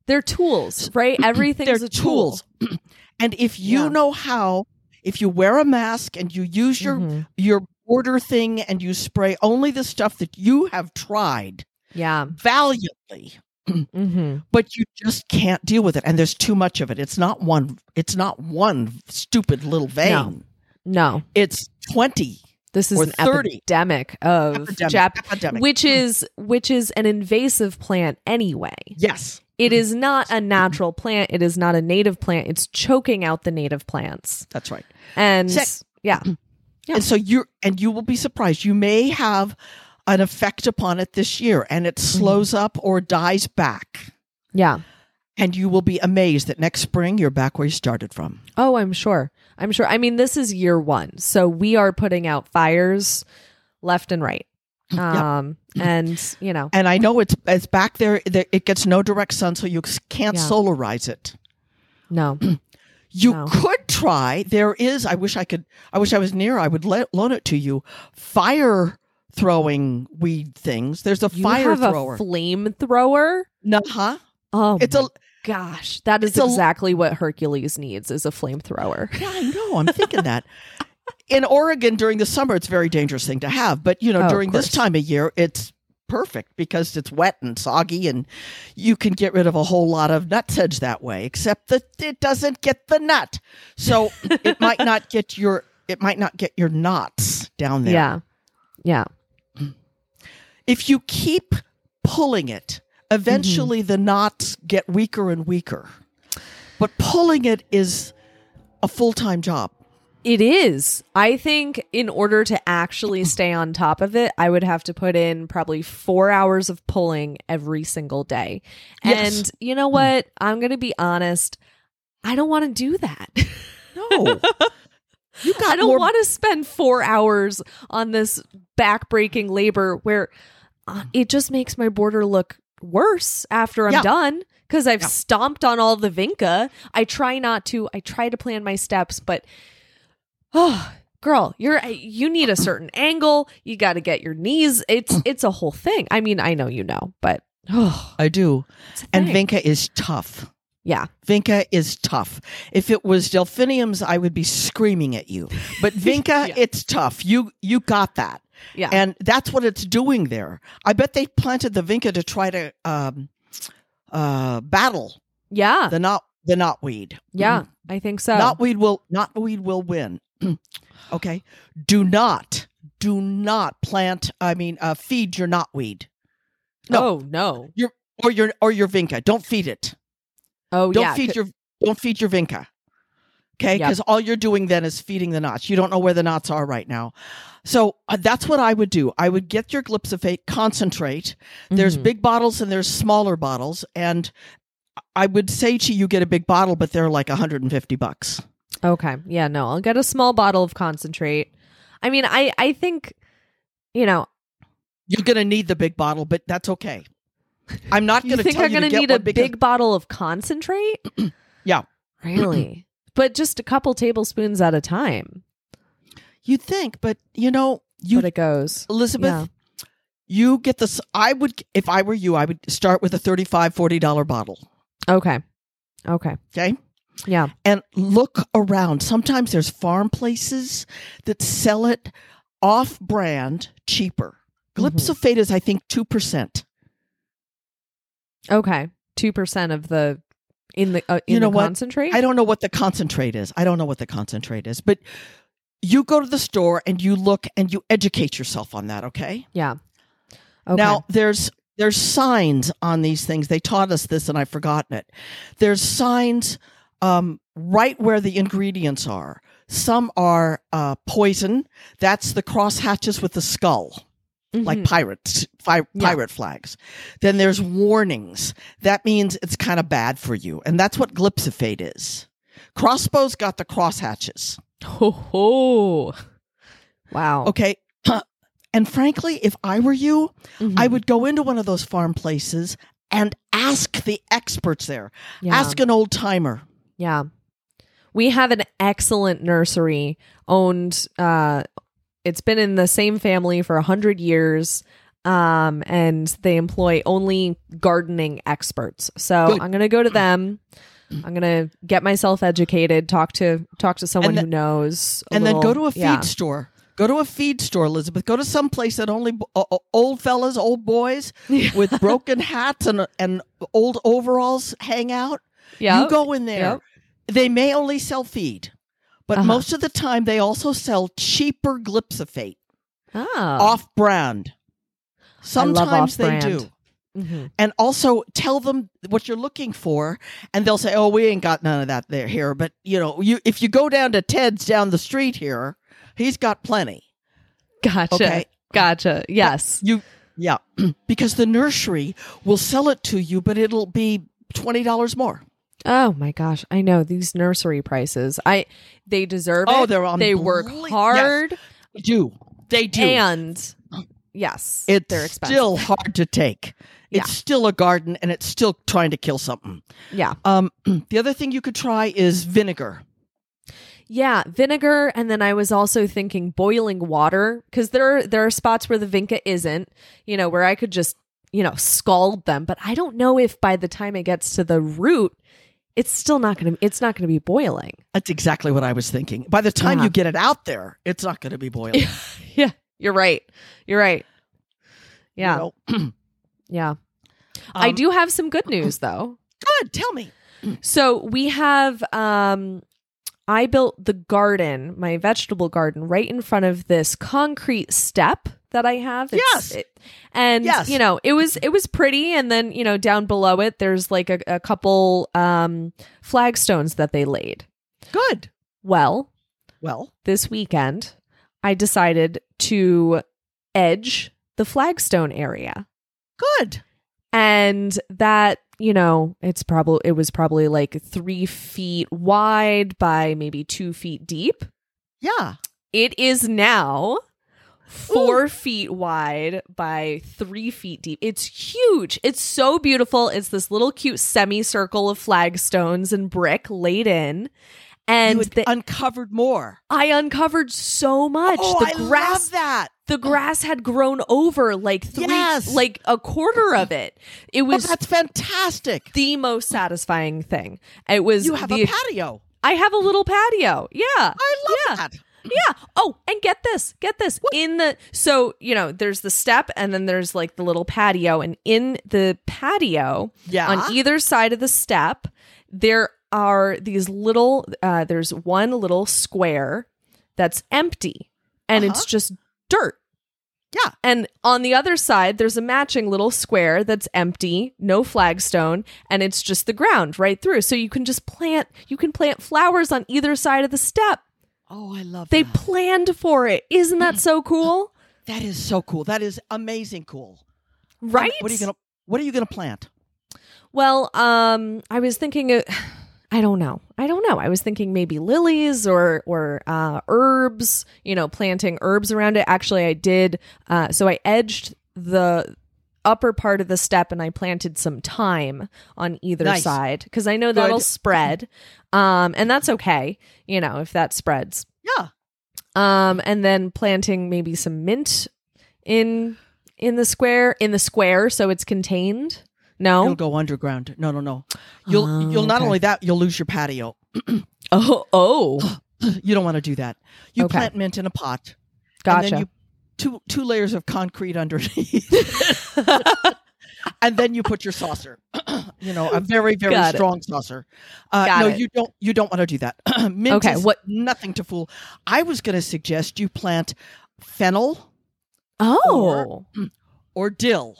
Speaker 2: They're tools, [CLEARS THROAT] right? Everything's
Speaker 1: They're
Speaker 2: a tool.
Speaker 1: tools. [CLEARS THROAT] and if you
Speaker 2: Yeah.
Speaker 1: know how, if you wear a mask and you use your
Speaker 2: Mhm.
Speaker 1: your border thing and you spray only the stuff that you have tried
Speaker 2: Yeah.
Speaker 1: valiantly,
Speaker 2: Mm-hmm.
Speaker 1: but you just can't deal with it and there's too much of it. It's not one it's not one stupid little vein.
Speaker 2: No. No.
Speaker 1: It's 20
Speaker 2: This is
Speaker 1: Or
Speaker 2: an
Speaker 1: 30.
Speaker 2: epidemic of
Speaker 1: epidemic.
Speaker 2: Jap-
Speaker 1: epidemic.
Speaker 2: which is which is an invasive plant anyway.
Speaker 1: yes.
Speaker 2: It is not a natural plant. It is not a native plant. It's choking out the native plants.
Speaker 1: That's right.
Speaker 2: And
Speaker 1: Sick.
Speaker 2: yeah, Yeah.
Speaker 1: And so you are and you will be surprised. You may have an effect upon it this year and it
Speaker 2: Mm-hmm.
Speaker 1: slows up or dies back.
Speaker 2: yeah.
Speaker 1: And you will be amazed that next spring you're back where you started from.
Speaker 2: Oh, I'm sure. I'm sure. I mean, this is year one, so we are putting out fires left and right. Um, and you know,
Speaker 1: And I know it's it's back there. that It gets no direct sun, so you can't
Speaker 2: Yeah.
Speaker 1: [CLEARS THROAT] solarize it.
Speaker 2: no,
Speaker 1: You
Speaker 2: No.
Speaker 1: could try. There is. I wish I could. I wish I was near. I would le- loan it to you. Fire throwing weed things. There's a
Speaker 2: You
Speaker 1: fire
Speaker 2: have
Speaker 1: thrower.
Speaker 2: a flamethrower.
Speaker 1: no, huh?
Speaker 2: Oh,
Speaker 1: It's a.
Speaker 2: gosh, that is
Speaker 1: it's a-
Speaker 2: exactly what Hercules needs is a flamethrower.
Speaker 1: Yeah, I know. I'm thinking that. In Oregon during the summer, it's a very dangerous thing to have. But you
Speaker 2: Oh,
Speaker 1: know,
Speaker 2: of
Speaker 1: during this
Speaker 2: course.
Speaker 1: time of year, it's perfect because it's wet and soggy, and you can get rid of a whole lot of nutsedge that way. Except that it doesn't get the nut,
Speaker 2: [LAUGHS]
Speaker 1: so it might not get your it might not get your knots down there.
Speaker 2: Yeah, yeah.
Speaker 1: If you keep pulling it, eventually
Speaker 2: Mm-hmm.
Speaker 1: the knots get weaker and weaker. But pulling it is a full time job.
Speaker 2: It is. I think in order to actually stay on top of it, I would have to put in probably four hours of pulling every single day.
Speaker 1: Yes.
Speaker 2: And you know what? I'm going to be honest. I don't want to do that.
Speaker 1: No. You got
Speaker 2: [LAUGHS] I don't
Speaker 1: more
Speaker 2: want to spend four hours on this backbreaking labor where uh, it just makes my border look worse after I'm
Speaker 1: Yeah.
Speaker 2: done because I've
Speaker 1: Yeah.
Speaker 2: stomped on all the vinca. I try not to. I try to plan my steps, but oh, girl, you're you need a certain angle. You got to get your knees. It's it's a whole thing. I mean, I know you know, but oh,
Speaker 1: I do.
Speaker 2: it's a
Speaker 1: And
Speaker 2: thing.
Speaker 1: Vinca is tough.
Speaker 2: yeah,
Speaker 1: Vinca is tough. If it was delphiniums, I would be screaming at you.
Speaker 2: [LAUGHS]
Speaker 1: But Vinca,
Speaker 2: Yeah.
Speaker 1: it's tough. You you got that,
Speaker 2: yeah,
Speaker 1: and that's what it's doing there. I bet they planted the Vinca to try to um, uh, battle
Speaker 2: yeah,
Speaker 1: the knot the knotweed.
Speaker 2: yeah. I think so.
Speaker 1: Knotweed will knotweed will win. [CLEARS THROAT] okay, do not do not plant. I mean, uh, feed your knotweed no.
Speaker 2: Oh no.
Speaker 1: or your or your Vinca. Don't feed it.
Speaker 2: Oh
Speaker 1: Don't
Speaker 2: yeah.
Speaker 1: feed your don't feed your vinca. Okay,
Speaker 2: Yep.
Speaker 1: because all you're doing then is feeding the knots. You don't know where the knots are right now, so uh, that's what I would do. I would get your glyphosate, concentrate. There's
Speaker 2: Mhm.
Speaker 1: big bottles and there's smaller bottles, and I would say to you get a big bottle, but they're like 150 bucks.
Speaker 2: Okay. Yeah, no. I'll get a small bottle of concentrate. I mean, I I think you know,
Speaker 1: You're gonna need the big bottle, but that's okay. I'm not
Speaker 2: you
Speaker 1: gonna
Speaker 2: think
Speaker 1: tell
Speaker 2: I'm
Speaker 1: you
Speaker 2: going
Speaker 1: to get
Speaker 2: to need
Speaker 1: one
Speaker 2: a
Speaker 1: because-
Speaker 2: big bottle of concentrate?
Speaker 1: [CLEARS THROAT] Yeah. [CLEARS THROAT]
Speaker 2: Really? but just a couple tablespoons at a time.
Speaker 1: You'd think, but you know, you
Speaker 2: but it goes.
Speaker 1: Elizabeth,
Speaker 2: Yeah.
Speaker 1: you get this. I would, if I were you, I would start with a $35, $40 bottle.
Speaker 2: Okay. Okay.
Speaker 1: Okay.
Speaker 2: Yeah.
Speaker 1: And look around. Sometimes there's farm places that sell it off brand cheaper.
Speaker 2: Mhm.
Speaker 1: Glyphosate is, I think, 2%.
Speaker 2: Okay. 2% of the in the uh, in
Speaker 1: You know
Speaker 2: the
Speaker 1: what?
Speaker 2: concentrate?
Speaker 1: I don't know what the concentrate is. I don't know what the concentrate is, but you go to the store and you look and you educate yourself on that, okay?
Speaker 2: Yeah. Okay.
Speaker 1: Now there's there's signs on these things. They taught us this, and I've forgotten it. There's signs um, right where the ingredients are. Some are uh, poison. That's the cross hatches with the skull, like
Speaker 2: Mhm.
Speaker 1: pirates, fi-
Speaker 2: Yeah.
Speaker 1: pirate flags. Then there's warnings. That means it's kind of bad for you, and that's what glyphosate is. Crossbows got the cross hatches.
Speaker 2: [LAUGHS] ho ho. Mm-hmm. Wow.
Speaker 1: Okay. [CLEARS THROAT] And frankly, if I were you, I
Speaker 2: Mhm.
Speaker 1: would go into one of those farm places and ask the experts there.
Speaker 2: Yeah.
Speaker 1: Ask an old timer.
Speaker 2: Yeah. We have an excellent nursery owned uh it's been in the same family for 100 years um and they employ only gardening experts. So
Speaker 1: Good.
Speaker 2: I'm going to go to them. I'm going to get myself educated, talk to talk to someone
Speaker 1: And
Speaker 2: who knows a
Speaker 1: and then go
Speaker 2: little-
Speaker 1: to a feed
Speaker 2: yeah.
Speaker 1: store. Go to a feed store, Elizabeth. Go to some place that only uh, old fellas, old boys
Speaker 2: [LAUGHS] Yeah.
Speaker 1: with broken hats and and old overalls hang out.
Speaker 2: Yeah.
Speaker 1: You go in there.
Speaker 2: Yep.
Speaker 1: They may only sell feed, but
Speaker 2: Uh-huh.
Speaker 1: most of the time they also sell cheaper glyphosate,
Speaker 2: oh.
Speaker 1: off brand. Sometimes they
Speaker 2: off-brand.
Speaker 1: do.
Speaker 2: Mhm.
Speaker 1: and also tell them what you're looking for and they'll say oh we ain't got none of that there here but you know you if you go down to ted's down the street here he's got plenty
Speaker 2: Gotcha.
Speaker 1: Okay.
Speaker 2: Gotcha. Yes.
Speaker 1: you yeah [CLEARS THROAT] because the nursery will sell it to you but it'll be $20 more
Speaker 2: Oh my gosh, I know these nursery prices. I they deserve
Speaker 1: Oh,
Speaker 2: it.
Speaker 1: they're on
Speaker 2: they work
Speaker 1: bli- yes.
Speaker 2: hard.
Speaker 1: they do they do
Speaker 2: and yes,
Speaker 1: it's
Speaker 2: they're expensive.
Speaker 1: still hard to take
Speaker 2: Yeah.
Speaker 1: It's still a garden and it's still trying to kill something.
Speaker 2: Yeah.
Speaker 1: Um, [CLEARS THROAT] the other thing you could try is vinegar.
Speaker 2: Yeah, vinegar, and then I was also thinking boiling water because there are, there are spots where the vinca isn't, you know, where I could just you know scald them, but I don't know if by the time it gets to the root, it's still not gonna it's not gonna be boiling.
Speaker 1: That's exactly what I was thinking. By the time
Speaker 2: Yeah.
Speaker 1: you get it out there, it's not going to be boiling. you
Speaker 2: Yeah, you're right. You're right. [LAUGHS] Yeah,
Speaker 1: know?
Speaker 2: yeah. I
Speaker 1: Um,
Speaker 2: do have some good news though.
Speaker 1: Good. Tell me.
Speaker 2: So we have um I built the garden, my vegetable garden right in front of this concrete step that I have.
Speaker 1: Yes.
Speaker 2: it- and
Speaker 1: Yes.
Speaker 2: you know, it was it was pretty and then, you know, down below it there's like a, a couple um flagstones that they laid.
Speaker 1: Good.
Speaker 2: Well,
Speaker 1: Well,
Speaker 2: this weekend I decided to edge the flagstone area
Speaker 1: good.
Speaker 2: and that you know it's probably it was probably like three feet wide by maybe two feet deep
Speaker 1: Yeah.
Speaker 2: it is now four feet wide by three feet deep it's huge it's so beautiful it's this little cute semicircle of flagstones and brick laid in and
Speaker 1: you had
Speaker 2: the,
Speaker 1: uncovered more.
Speaker 2: i uncovered so much
Speaker 1: Oh,
Speaker 2: the
Speaker 1: I
Speaker 2: grass
Speaker 1: love that.
Speaker 2: the grass had grown over like three
Speaker 1: Yes.
Speaker 2: like a quarter of it it
Speaker 1: Oh,
Speaker 2: was
Speaker 1: that's fantastic.
Speaker 2: the most satisfying thing. It was
Speaker 1: You have
Speaker 2: the
Speaker 1: a patio.
Speaker 2: I have a little patio. Yeah.
Speaker 1: I love
Speaker 2: yeah.
Speaker 1: that.
Speaker 2: Yeah. Oh, and get this. Get this. In the so, you know, there's the step and then there's like the little patio and in the patio
Speaker 1: Yeah.
Speaker 2: on either side of the step, there are these little uh there's one little square that's empty and it's
Speaker 1: Uh-huh.
Speaker 2: just dirt.
Speaker 1: Yeah.
Speaker 2: And on the other side, there's a matching little square that's empty, no flagstone, and it's just the ground right through. So you can just plant, you can plant flowers on either side of the step.
Speaker 1: oh, I love
Speaker 2: They
Speaker 1: that.
Speaker 2: planned for it. Isn't
Speaker 1: Mm.
Speaker 2: that so cool?
Speaker 1: that is so cool. That is amazing cool.
Speaker 2: Right?
Speaker 1: What are you gonna What are you gonna plant?
Speaker 2: Well, um, I was thinking, uh, [SIGHS] I don't know, I don't know. I was thinking maybe lilies or or uh, herbs. You know, planting herbs around it. Actually, I did. Uh, so I edged the upper part of the step and I planted some thyme on either
Speaker 1: Nice.
Speaker 2: side because I know that'll
Speaker 1: Good.
Speaker 2: spread. Um, and that's okay. You know, if that spreads.
Speaker 1: Yeah.
Speaker 2: Um, and then planting maybe some mint in in the square in the square so it's contained. No.
Speaker 1: It'll go underground. No, no, no. You'll
Speaker 2: Oh,
Speaker 1: You'll not
Speaker 2: okay.
Speaker 1: only that you'll lose your patio. [CLEARS THROAT]
Speaker 2: Oh, oh,
Speaker 1: You don't want to do that. You
Speaker 2: Okay.
Speaker 1: plant mint in a pot. And then
Speaker 2: gotcha.
Speaker 1: you two two layers of concrete underneath. [LAUGHS] and then you put your saucer. [CLEARS THROAT] you know, a very very
Speaker 2: Got it.
Speaker 1: strong saucer. Uh,
Speaker 2: Got
Speaker 1: no,
Speaker 2: it.
Speaker 1: you don't you don't want to do that. [CLEARS THROAT] Mint
Speaker 2: Okay,
Speaker 1: is
Speaker 2: what-
Speaker 1: nothing to fool. I was going to suggest you plant fennel
Speaker 2: oh,
Speaker 1: or
Speaker 2: [GASPS]
Speaker 1: dill.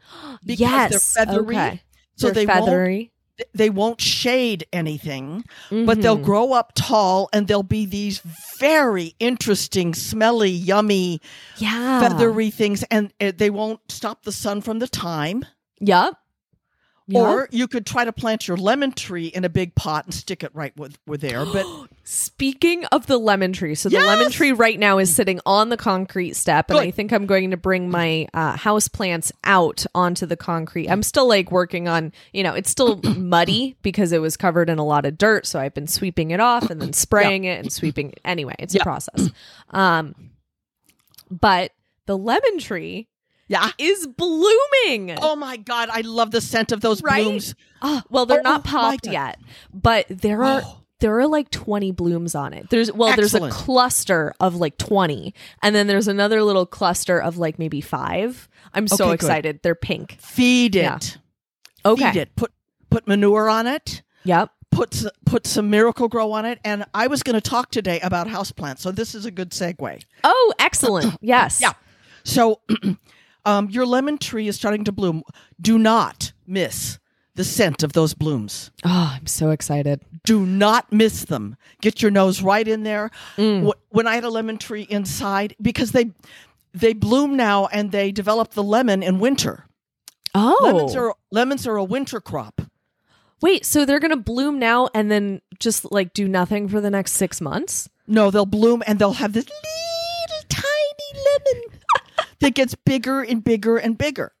Speaker 1: [GASPS] because they're
Speaker 2: yes.
Speaker 1: feathery,
Speaker 2: okay.
Speaker 1: so
Speaker 2: They're
Speaker 1: they
Speaker 2: feathery,
Speaker 1: won't they won't shade anything, but they'll
Speaker 2: Mhm.
Speaker 1: grow up tall and they'll be these very interesting, smelly, yummy
Speaker 2: yeah,
Speaker 1: feathery things and uh, they won't stop the sun from the time
Speaker 2: Yep. Yep.
Speaker 1: or you could try to plant your lemon tree in a big pot and stick it right with, with
Speaker 2: [GASPS]
Speaker 1: there but
Speaker 2: Speaking of the lemon tree, so the lemon
Speaker 1: Yes!
Speaker 2: tree right now is sitting on the concrete step, and
Speaker 1: Good.
Speaker 2: I think I'm going to bring my uh, house plants out onto the concrete. I'm still like working on, you know, it's
Speaker 1: [CLEARS THROAT]
Speaker 2: still muddy because it was covered in a lot of dirt, so I've been sweeping it off and then spraying it and sweeping. It. Anyway, it's a
Speaker 1: Yeah.
Speaker 2: process. Um, but the lemon tree
Speaker 1: yeah
Speaker 2: is blooming.
Speaker 1: oh my god i love the scent of those
Speaker 2: Right?
Speaker 1: blooms
Speaker 2: Ah, well, they're
Speaker 1: Oh
Speaker 2: not
Speaker 1: my
Speaker 2: popped
Speaker 1: God.
Speaker 2: yet, but there are
Speaker 1: Oh.
Speaker 2: there are like twenty blooms on it. There's well, there's
Speaker 1: Excellent.
Speaker 2: a cluster of like twenty, and then there's another little cluster of like maybe five. I'm
Speaker 1: Okay,
Speaker 2: so
Speaker 1: good.
Speaker 2: excited. They're pink.
Speaker 1: feed it
Speaker 2: Yeah. Okay.
Speaker 1: feed it put put manure on it
Speaker 2: Yep.
Speaker 1: put s- put some miracle grow on it and i was going to talk today about houseplants so this is a good segue
Speaker 2: Oh,
Speaker 1: [CLEARS THROAT]
Speaker 2: excellent. Yes.
Speaker 1: Yeah. so [CLEARS THROAT] um, your lemon tree is starting to bloom do not miss the scent of those blooms
Speaker 2: Oh, I'm so excited.
Speaker 1: Do not miss them. Get your nose right in there.
Speaker 2: Mm.
Speaker 1: Wh- When I had a lemon tree inside, because they they bloom now and they develop the lemon in winter.
Speaker 2: Oh,
Speaker 1: Lemons are lemons are a winter crop.
Speaker 2: wait. So they're gonna bloom now, and then just like do nothing for the next six months.
Speaker 1: No, they'll bloom and they'll have this [LAUGHS] little tiny lemon that gets bigger and bigger and bigger.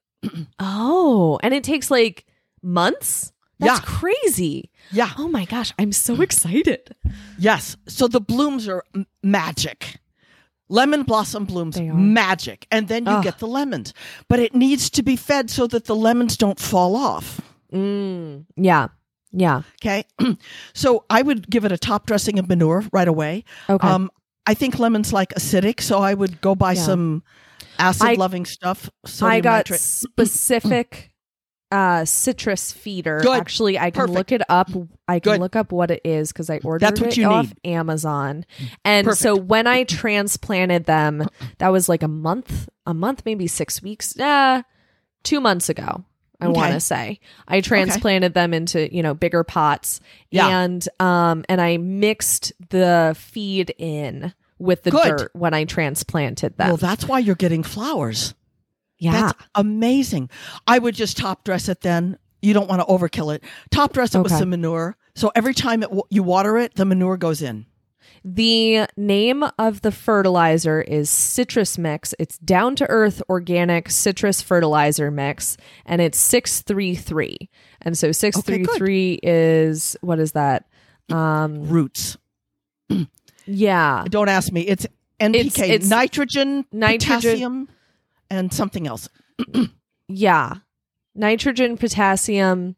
Speaker 2: Oh, and it takes like months? That's
Speaker 1: Yeah.
Speaker 2: crazy.
Speaker 1: Yeah.
Speaker 2: Oh my gosh, I'm so excited.
Speaker 1: Yes. So the blooms are m- magic. Lemon blossom blooms,
Speaker 2: They are.
Speaker 1: magic. And then you
Speaker 2: Ugh.
Speaker 1: get the lemons. But it needs to be fed so that the lemons don't fall off.
Speaker 2: Mm, yeah. Yeah.
Speaker 1: Okay. [CLEARS THROAT] so I would give it a top dressing of manure right away.
Speaker 2: Okay.
Speaker 1: Um, I think lemon's like acidic, so I would go buy
Speaker 2: Yeah.
Speaker 1: some acid loving stuff.
Speaker 2: I
Speaker 1: sodium [CLEARS THROAT]
Speaker 2: got
Speaker 1: nitrate.
Speaker 2: specific uh citrus feeder.
Speaker 1: Good.
Speaker 2: Actually, I can
Speaker 1: Perfect.
Speaker 2: look it up. I can
Speaker 1: Good.
Speaker 2: look up what it is because I ordered
Speaker 1: That's what
Speaker 2: it
Speaker 1: you
Speaker 2: off
Speaker 1: need. Mm.
Speaker 2: Amazon. And so when I
Speaker 1: [CLEARS THROAT]
Speaker 2: transplanted them, that was like a month, a month, maybe six weeks, uh, two months ago. I
Speaker 1: Okay.
Speaker 2: want to say I transplanted them into you know bigger pots,
Speaker 1: Yeah.
Speaker 2: and um and I mixed the feed in with the
Speaker 1: Good.
Speaker 2: dirt when I transplanted them.
Speaker 1: Well, that's why you're getting flowers.
Speaker 2: yeah,
Speaker 1: That's amazing. I would just top dress it then. You don't want to overkill it. Top dress it with
Speaker 2: Okay.
Speaker 1: some manure. So every time it w- you water it, the manure goes in.
Speaker 2: The name of the fertilizer is Citrus Mix. It's down to earth organic citrus fertilizer mix, and it's 633. And so 633 is what is that? Um,
Speaker 1: Roots.
Speaker 2: yeah.
Speaker 1: Don't ask me. It's NPK,
Speaker 2: it's
Speaker 1: nitrogen,
Speaker 2: nitrogen-
Speaker 1: potassium, and something else.
Speaker 2: Yeah. Nitrogen, potassium.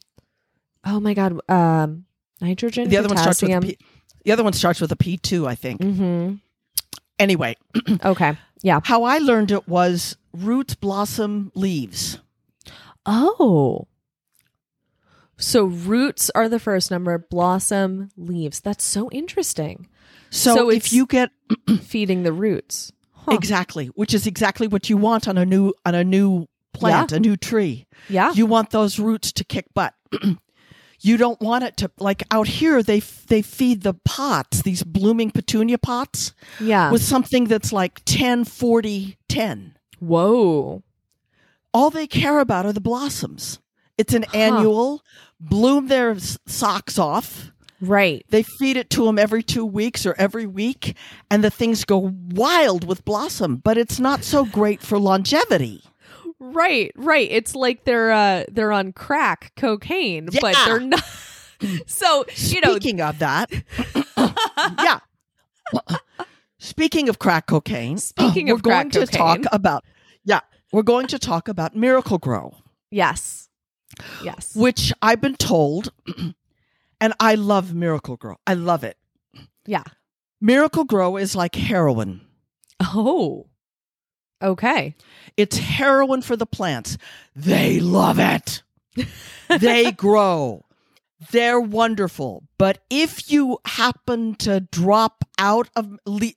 Speaker 2: Oh my God. Um, nitrogen,
Speaker 1: The other one starts with a
Speaker 2: potassium.
Speaker 1: P. The other one starts with a P two, I think.
Speaker 2: mm-hmm. [CLEARS THROAT]
Speaker 1: Anyway,
Speaker 2: Okay. Yeah.
Speaker 1: how I learned it was root, blossom, leaves.
Speaker 2: Oh. So roots are the first number, blossom, leaves. That's so interesting.
Speaker 1: So,
Speaker 2: So
Speaker 1: if
Speaker 2: it's-
Speaker 1: you get
Speaker 2: feeding the roots. Huh.
Speaker 1: exactly, which is exactly what you want on a new on a new plant, a new tree.
Speaker 2: yeah.
Speaker 1: You want those roots to kick butt. [CLEARS THROAT] you don't want it to like out here. They f- they feed the pots, these blooming petunia pots,
Speaker 2: yeah.
Speaker 1: with something that's like 10, 40, 10.
Speaker 2: Whoa.
Speaker 1: All they care about are the blossoms. It's an annual bloom their s- socks off.
Speaker 2: Right.
Speaker 1: They feed it to them every two weeks or every week, and the things go wild with blossom. But it's not so great for longevity.
Speaker 2: Right. Right. It's like they're uh they're on crack cocaine, but
Speaker 1: Yeah.
Speaker 2: they're not [LAUGHS] So, you know,
Speaker 1: Speaking of that, [COUGHS] yeah. Speaking of crack cocaine,
Speaker 2: [COUGHS] Speaking
Speaker 1: we're
Speaker 2: of crack
Speaker 1: going to talk
Speaker 2: cocaine.
Speaker 1: about yeah, we're going to talk about Miracle Grow,
Speaker 2: yes.
Speaker 1: [GASPS]
Speaker 2: Yes.
Speaker 1: which I've been told, [COUGHS] and I love Miracle Grow. I love it.
Speaker 2: Yeah.
Speaker 1: Miracle Grow is like heroin.
Speaker 2: Oh. Okay.
Speaker 1: It's heroin for the plants. They love it. they grow. They're wonderful. But if you happen to drop out of, le-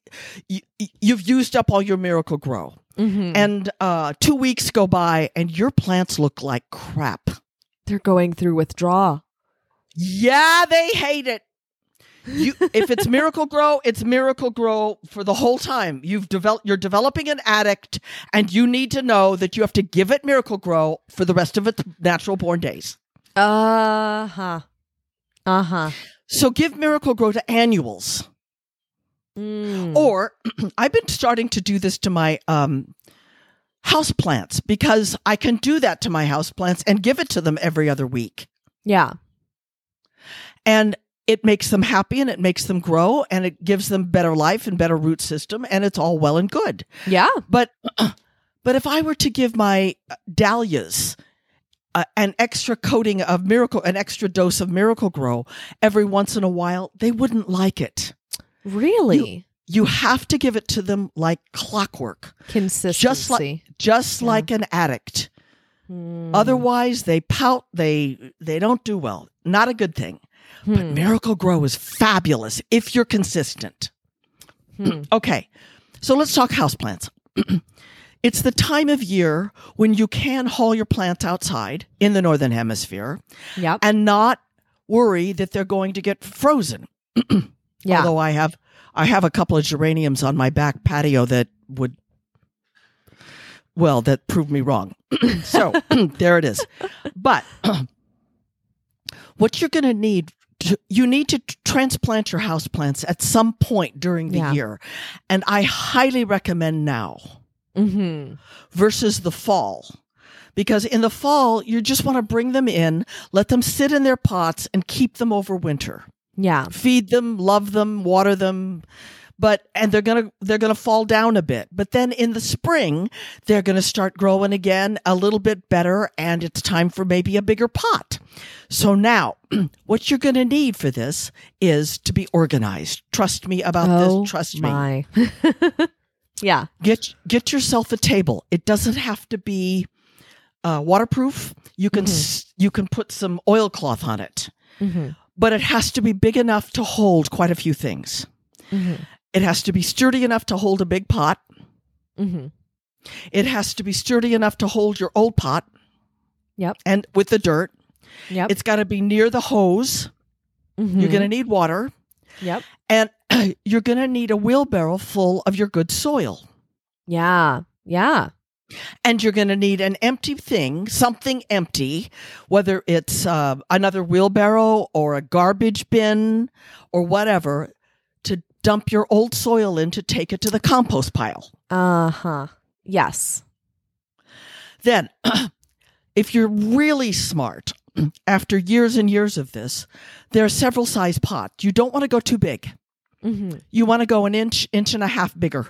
Speaker 1: you, you've used up all your miracle grow,
Speaker 2: Mhm.
Speaker 1: and uh, two weeks go by and your plants look like crap.
Speaker 2: They're going through withdrawal.
Speaker 1: Yeah, they hate it. You, if it's miracle grow, it's miracle grow for the whole time. You've developed, you're developing an addict, and you need to know that you have to give it miracle grow for the rest of its natural born days.
Speaker 2: Uh-huh. Uh-huh.
Speaker 1: So give miracle grow to annuals,
Speaker 2: Mm.
Speaker 1: or [CLEARS THROAT] I've been starting to do this to my um, house plants because I can do that to my house plants and give it to them every other week,
Speaker 2: yeah.
Speaker 1: and it makes them happy and it makes them grow and it gives them better life and better root system and it's all well and good.
Speaker 2: Yeah.
Speaker 1: But [CLEARS THROAT] but if I were to give my uh, dahlias uh, an extra coating of miracle, an extra dose of miracle grow every once in a while, they wouldn't like it.
Speaker 2: Really?
Speaker 1: You have to give it to them like clockwork,
Speaker 2: Consistency.
Speaker 1: just like just
Speaker 2: Yeah.
Speaker 1: like an addict.
Speaker 2: Mm.
Speaker 1: Otherwise, they pout. They they don't do well. Not a good thing. But
Speaker 2: Hmm.
Speaker 1: miracle grow is fabulous if you're consistent.
Speaker 2: Hmm.
Speaker 1: [CLEARS THROAT] Okay, so let's talk houseplants. [CLEARS THROAT] it's the time of year when you can haul your plants outside in the northern hemisphere
Speaker 2: Yep.
Speaker 1: and not worry that they're going to get frozen.
Speaker 2: Yeah.
Speaker 1: Although I have I have a couple of geraniums on my back patio that would well, that proved me wrong. [CLEARS THROAT] so there it is. But [CLEARS THROAT] what you're going to need to, you need to t- transplant your houseplants at some point during the
Speaker 2: Yeah.
Speaker 1: year. And I highly recommend now
Speaker 2: Mm-hmm.
Speaker 1: versus the fall because in the fall, you just want to bring them in, let them sit in their pots, and keep them over winter.
Speaker 2: Yeah.
Speaker 1: Feed them, love them, water them. But and they're gonna they're gonna fall down a bit. But then in the spring, they're gonna start growing again a little bit better, and it's time for maybe a bigger pot. So now, [CLEARS THROAT] what you're gonna need for this is to be organized. Trust me about
Speaker 2: oh
Speaker 1: this. Trust me
Speaker 2: my. [LAUGHS] yeah.
Speaker 1: get get yourself a table. It doesn't have to be uh, waterproof. You can
Speaker 2: Mm-hmm.
Speaker 1: s you can put some oilcloth on it,
Speaker 2: Mhm.
Speaker 1: but it has to be big enough to hold quite a few things. Mm-hmm.
Speaker 2: Mhm.
Speaker 1: It has to be sturdy enough to hold a big pot.
Speaker 2: Mhm.
Speaker 1: It has to be sturdy enough to hold your old pot
Speaker 2: Yep.
Speaker 1: and with the dirt.
Speaker 2: Yep.
Speaker 1: It's got to be near the hose. You're
Speaker 2: Mhm.
Speaker 1: going to need water
Speaker 2: Yep.
Speaker 1: and [CLEARS THROAT] you're going to need a wheelbarrow full of your good soil.
Speaker 2: Yeah. Yeah.
Speaker 1: and you're going to need an empty thing, something empty, whether it's uh, another wheelbarrow or a garbage bin or whatever, to dump your old soil in to take it to the compost pile.
Speaker 2: Uh huh. Yes.
Speaker 1: Then, [CLEARS THROAT] if you're really smart, [CLEARS THROAT] after years and years of this, there are several size pots. You don't want to go too big.
Speaker 2: Mhm.
Speaker 1: You want to go an inch, inch and a half bigger.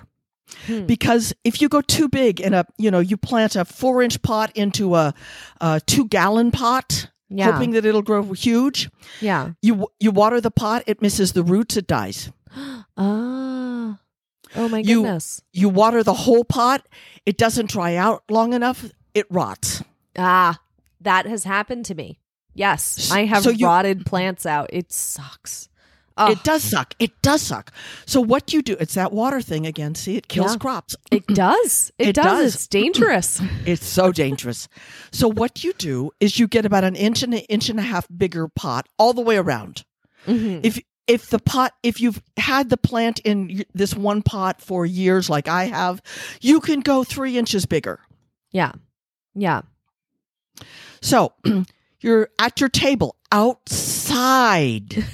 Speaker 2: Hmm.
Speaker 1: because if you go too big in a you know you plant a four inch pot into a, a two gallon pot
Speaker 2: Yeah.
Speaker 1: hoping that it'll grow huge
Speaker 2: Yeah.
Speaker 1: you you water the pot it misses the roots it dies
Speaker 2: Ah. Oh my
Speaker 1: You-
Speaker 2: goodness.
Speaker 1: you water the whole pot it doesn't dry out long enough it rots
Speaker 2: Ah, that has happened to me. Yes,
Speaker 1: S-
Speaker 2: I have
Speaker 1: so you-
Speaker 2: rotted plants out. It sucks. Oh,
Speaker 1: it does suck it does suck so what you do it's that water thing again see it kills
Speaker 2: Yeah.
Speaker 1: crops
Speaker 2: it does. It,
Speaker 1: It
Speaker 2: does.
Speaker 1: does.
Speaker 2: It's dangerous.
Speaker 1: It's so dangerous. So what you do is you get about an inch and an inch and a half bigger pot all the way around.
Speaker 2: Mhm.
Speaker 1: If if the pot if you've had the plant in y- this one pot for years like I have, you can go 3 inches bigger.
Speaker 2: yeah, yeah.
Speaker 1: So [CLEARS THROAT] you're at your table outside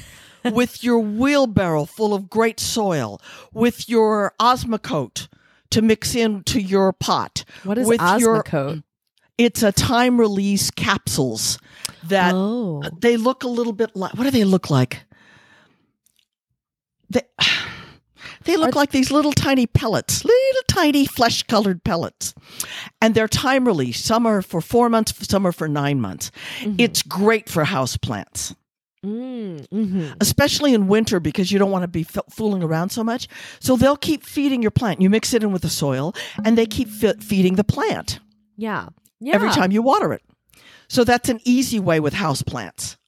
Speaker 1: with your wheelbarrow full of great soil, with your osmocote to mix into your pot.
Speaker 2: What is
Speaker 1: with your-
Speaker 2: Osmocote?
Speaker 1: it's a time release capsules that
Speaker 2: oh,
Speaker 1: they look a little bit like what do they look like they [SIGHS] they look
Speaker 2: Are-
Speaker 1: like these little tiny pellets little tiny flesh colored pellets and they're time release some are for 4 months some are for 9 months
Speaker 2: Mhm.
Speaker 1: it's great for house plants
Speaker 2: Mm, mhm.
Speaker 1: especially in winter because you don't want to be f- fooling around so much so they'll keep feeding your plant you mix it in with the soil and they keep fe- feeding the plant
Speaker 2: yeah, yeah.
Speaker 1: every time you water it. So that's an easy way with house plants.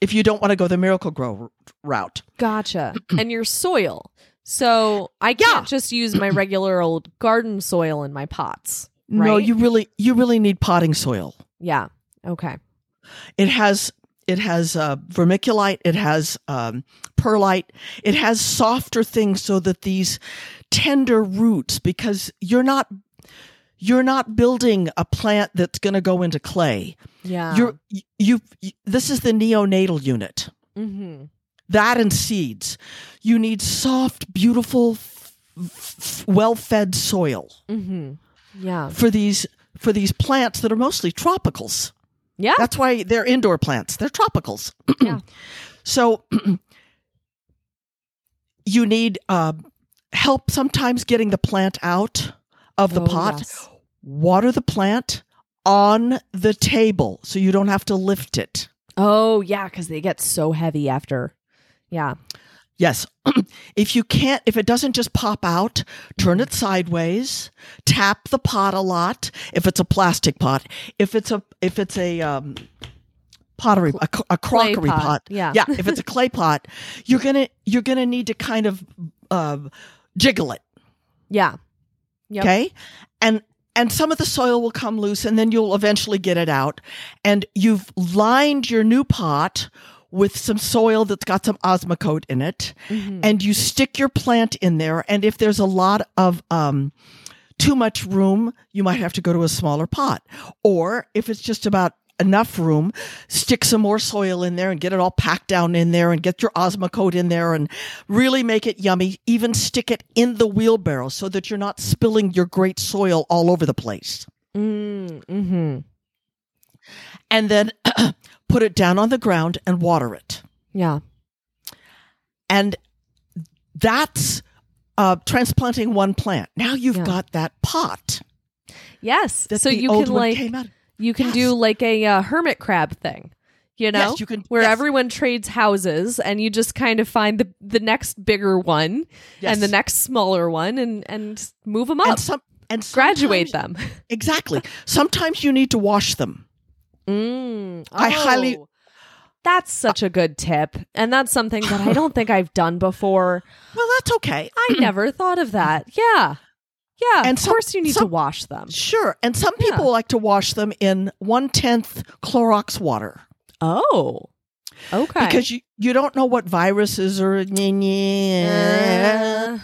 Speaker 1: If you don't want to go the miracle grow r- route. [CLEARS THROAT]
Speaker 2: Gotcha. and your soil. So I can't just
Speaker 1: [CLEARS THROAT]
Speaker 2: use my regular old garden soil in my pots. Right?
Speaker 1: No, you really you really need potting soil.
Speaker 2: Yeah. Okay.
Speaker 1: It has it has uh, vermiculite, it has um, perlite, it has softer things so that these tender roots because you're not you're not building a plant that's going to go into clay.
Speaker 2: Yeah.
Speaker 1: You're you, you this is the neonatal unit.
Speaker 2: hmm
Speaker 1: that and seeds. You need soft, beautiful, f- f- well-fed soil
Speaker 2: hmm Yeah.
Speaker 1: for these for these plants that are mostly tropicals.
Speaker 2: Yeah.
Speaker 1: That's why they're indoor plants. They're tropicals.
Speaker 2: Oh.
Speaker 1: [CLEARS THROAT]
Speaker 2: Yeah.
Speaker 1: So [CLEARS THROAT] you need uh, help sometimes getting the plant out of the
Speaker 2: Oh,
Speaker 1: pot.
Speaker 2: yes.
Speaker 1: Water the plant on the table so you don't have to lift it.
Speaker 2: Oh yeah, because they get so heavy after. Yeah.
Speaker 1: Yes. [CLEARS THROAT] if you can't, if it doesn't just pop out, turn it sideways, tap the pot a lot. If it's a plastic pot, if it's a, if it's a, um, pottery, a, cro- a
Speaker 2: Clay
Speaker 1: crockery
Speaker 2: pot,
Speaker 1: pot.
Speaker 2: yeah.
Speaker 1: Yeah. If it's a clay pot, you're going to, you're going to need to kind of, uh, jiggle it.
Speaker 2: Yeah. Yep.
Speaker 1: Okay. And, and some of the soil will come loose and then you'll eventually get it out. And you've lined your new pot with some soil that's got some osmocote in it
Speaker 2: Mhm.
Speaker 1: and you stick your plant in there. And if there's a lot of um, too much room, you might have to go to a smaller pot. Or if it's just about enough room, stick some more soil in there and get it all packed down in there and get your osmocote in there and really make it yummy. Even stick it in the wheelbarrow so that you're not spilling your great soil all over the place.
Speaker 2: Mm, mhm.
Speaker 1: and then [CLEARS THROAT] put it down on the ground and water it.
Speaker 2: Yeah.
Speaker 1: And that's uh, transplanting one plant. Now you've
Speaker 2: Yeah.
Speaker 1: got that pot.
Speaker 2: Yes.
Speaker 1: That
Speaker 2: so
Speaker 1: the
Speaker 2: you
Speaker 1: old
Speaker 2: can
Speaker 1: one
Speaker 2: like
Speaker 1: came out. of.
Speaker 2: you can
Speaker 1: Yes.
Speaker 2: do like a uh, hermit crab thing. You know,
Speaker 1: you can-
Speaker 2: where
Speaker 1: yes.
Speaker 2: everyone trades houses, and you just kind of find the the next bigger one
Speaker 1: Yes.
Speaker 2: and the next smaller one, and and move them up,
Speaker 1: and some and sometimes-
Speaker 2: graduate them.
Speaker 1: exactly. Sometimes you need to wash them.
Speaker 2: Mm,
Speaker 1: I highly-
Speaker 2: oh. That's such a good tip, and that's something that I don't think I've done
Speaker 1: [CLEARS THROAT]
Speaker 2: before.
Speaker 1: Well, that's okay.
Speaker 2: I never thought of that. Yeah, yeah.
Speaker 1: And
Speaker 2: of
Speaker 1: some-
Speaker 2: course, you need to
Speaker 1: some-
Speaker 2: wash them.
Speaker 1: Sure. And some
Speaker 2: Yeah.
Speaker 1: people like to wash them in one tenth Clorox water
Speaker 2: Oh, okay.
Speaker 1: because you, you don't know what viruses are.
Speaker 2: Uh,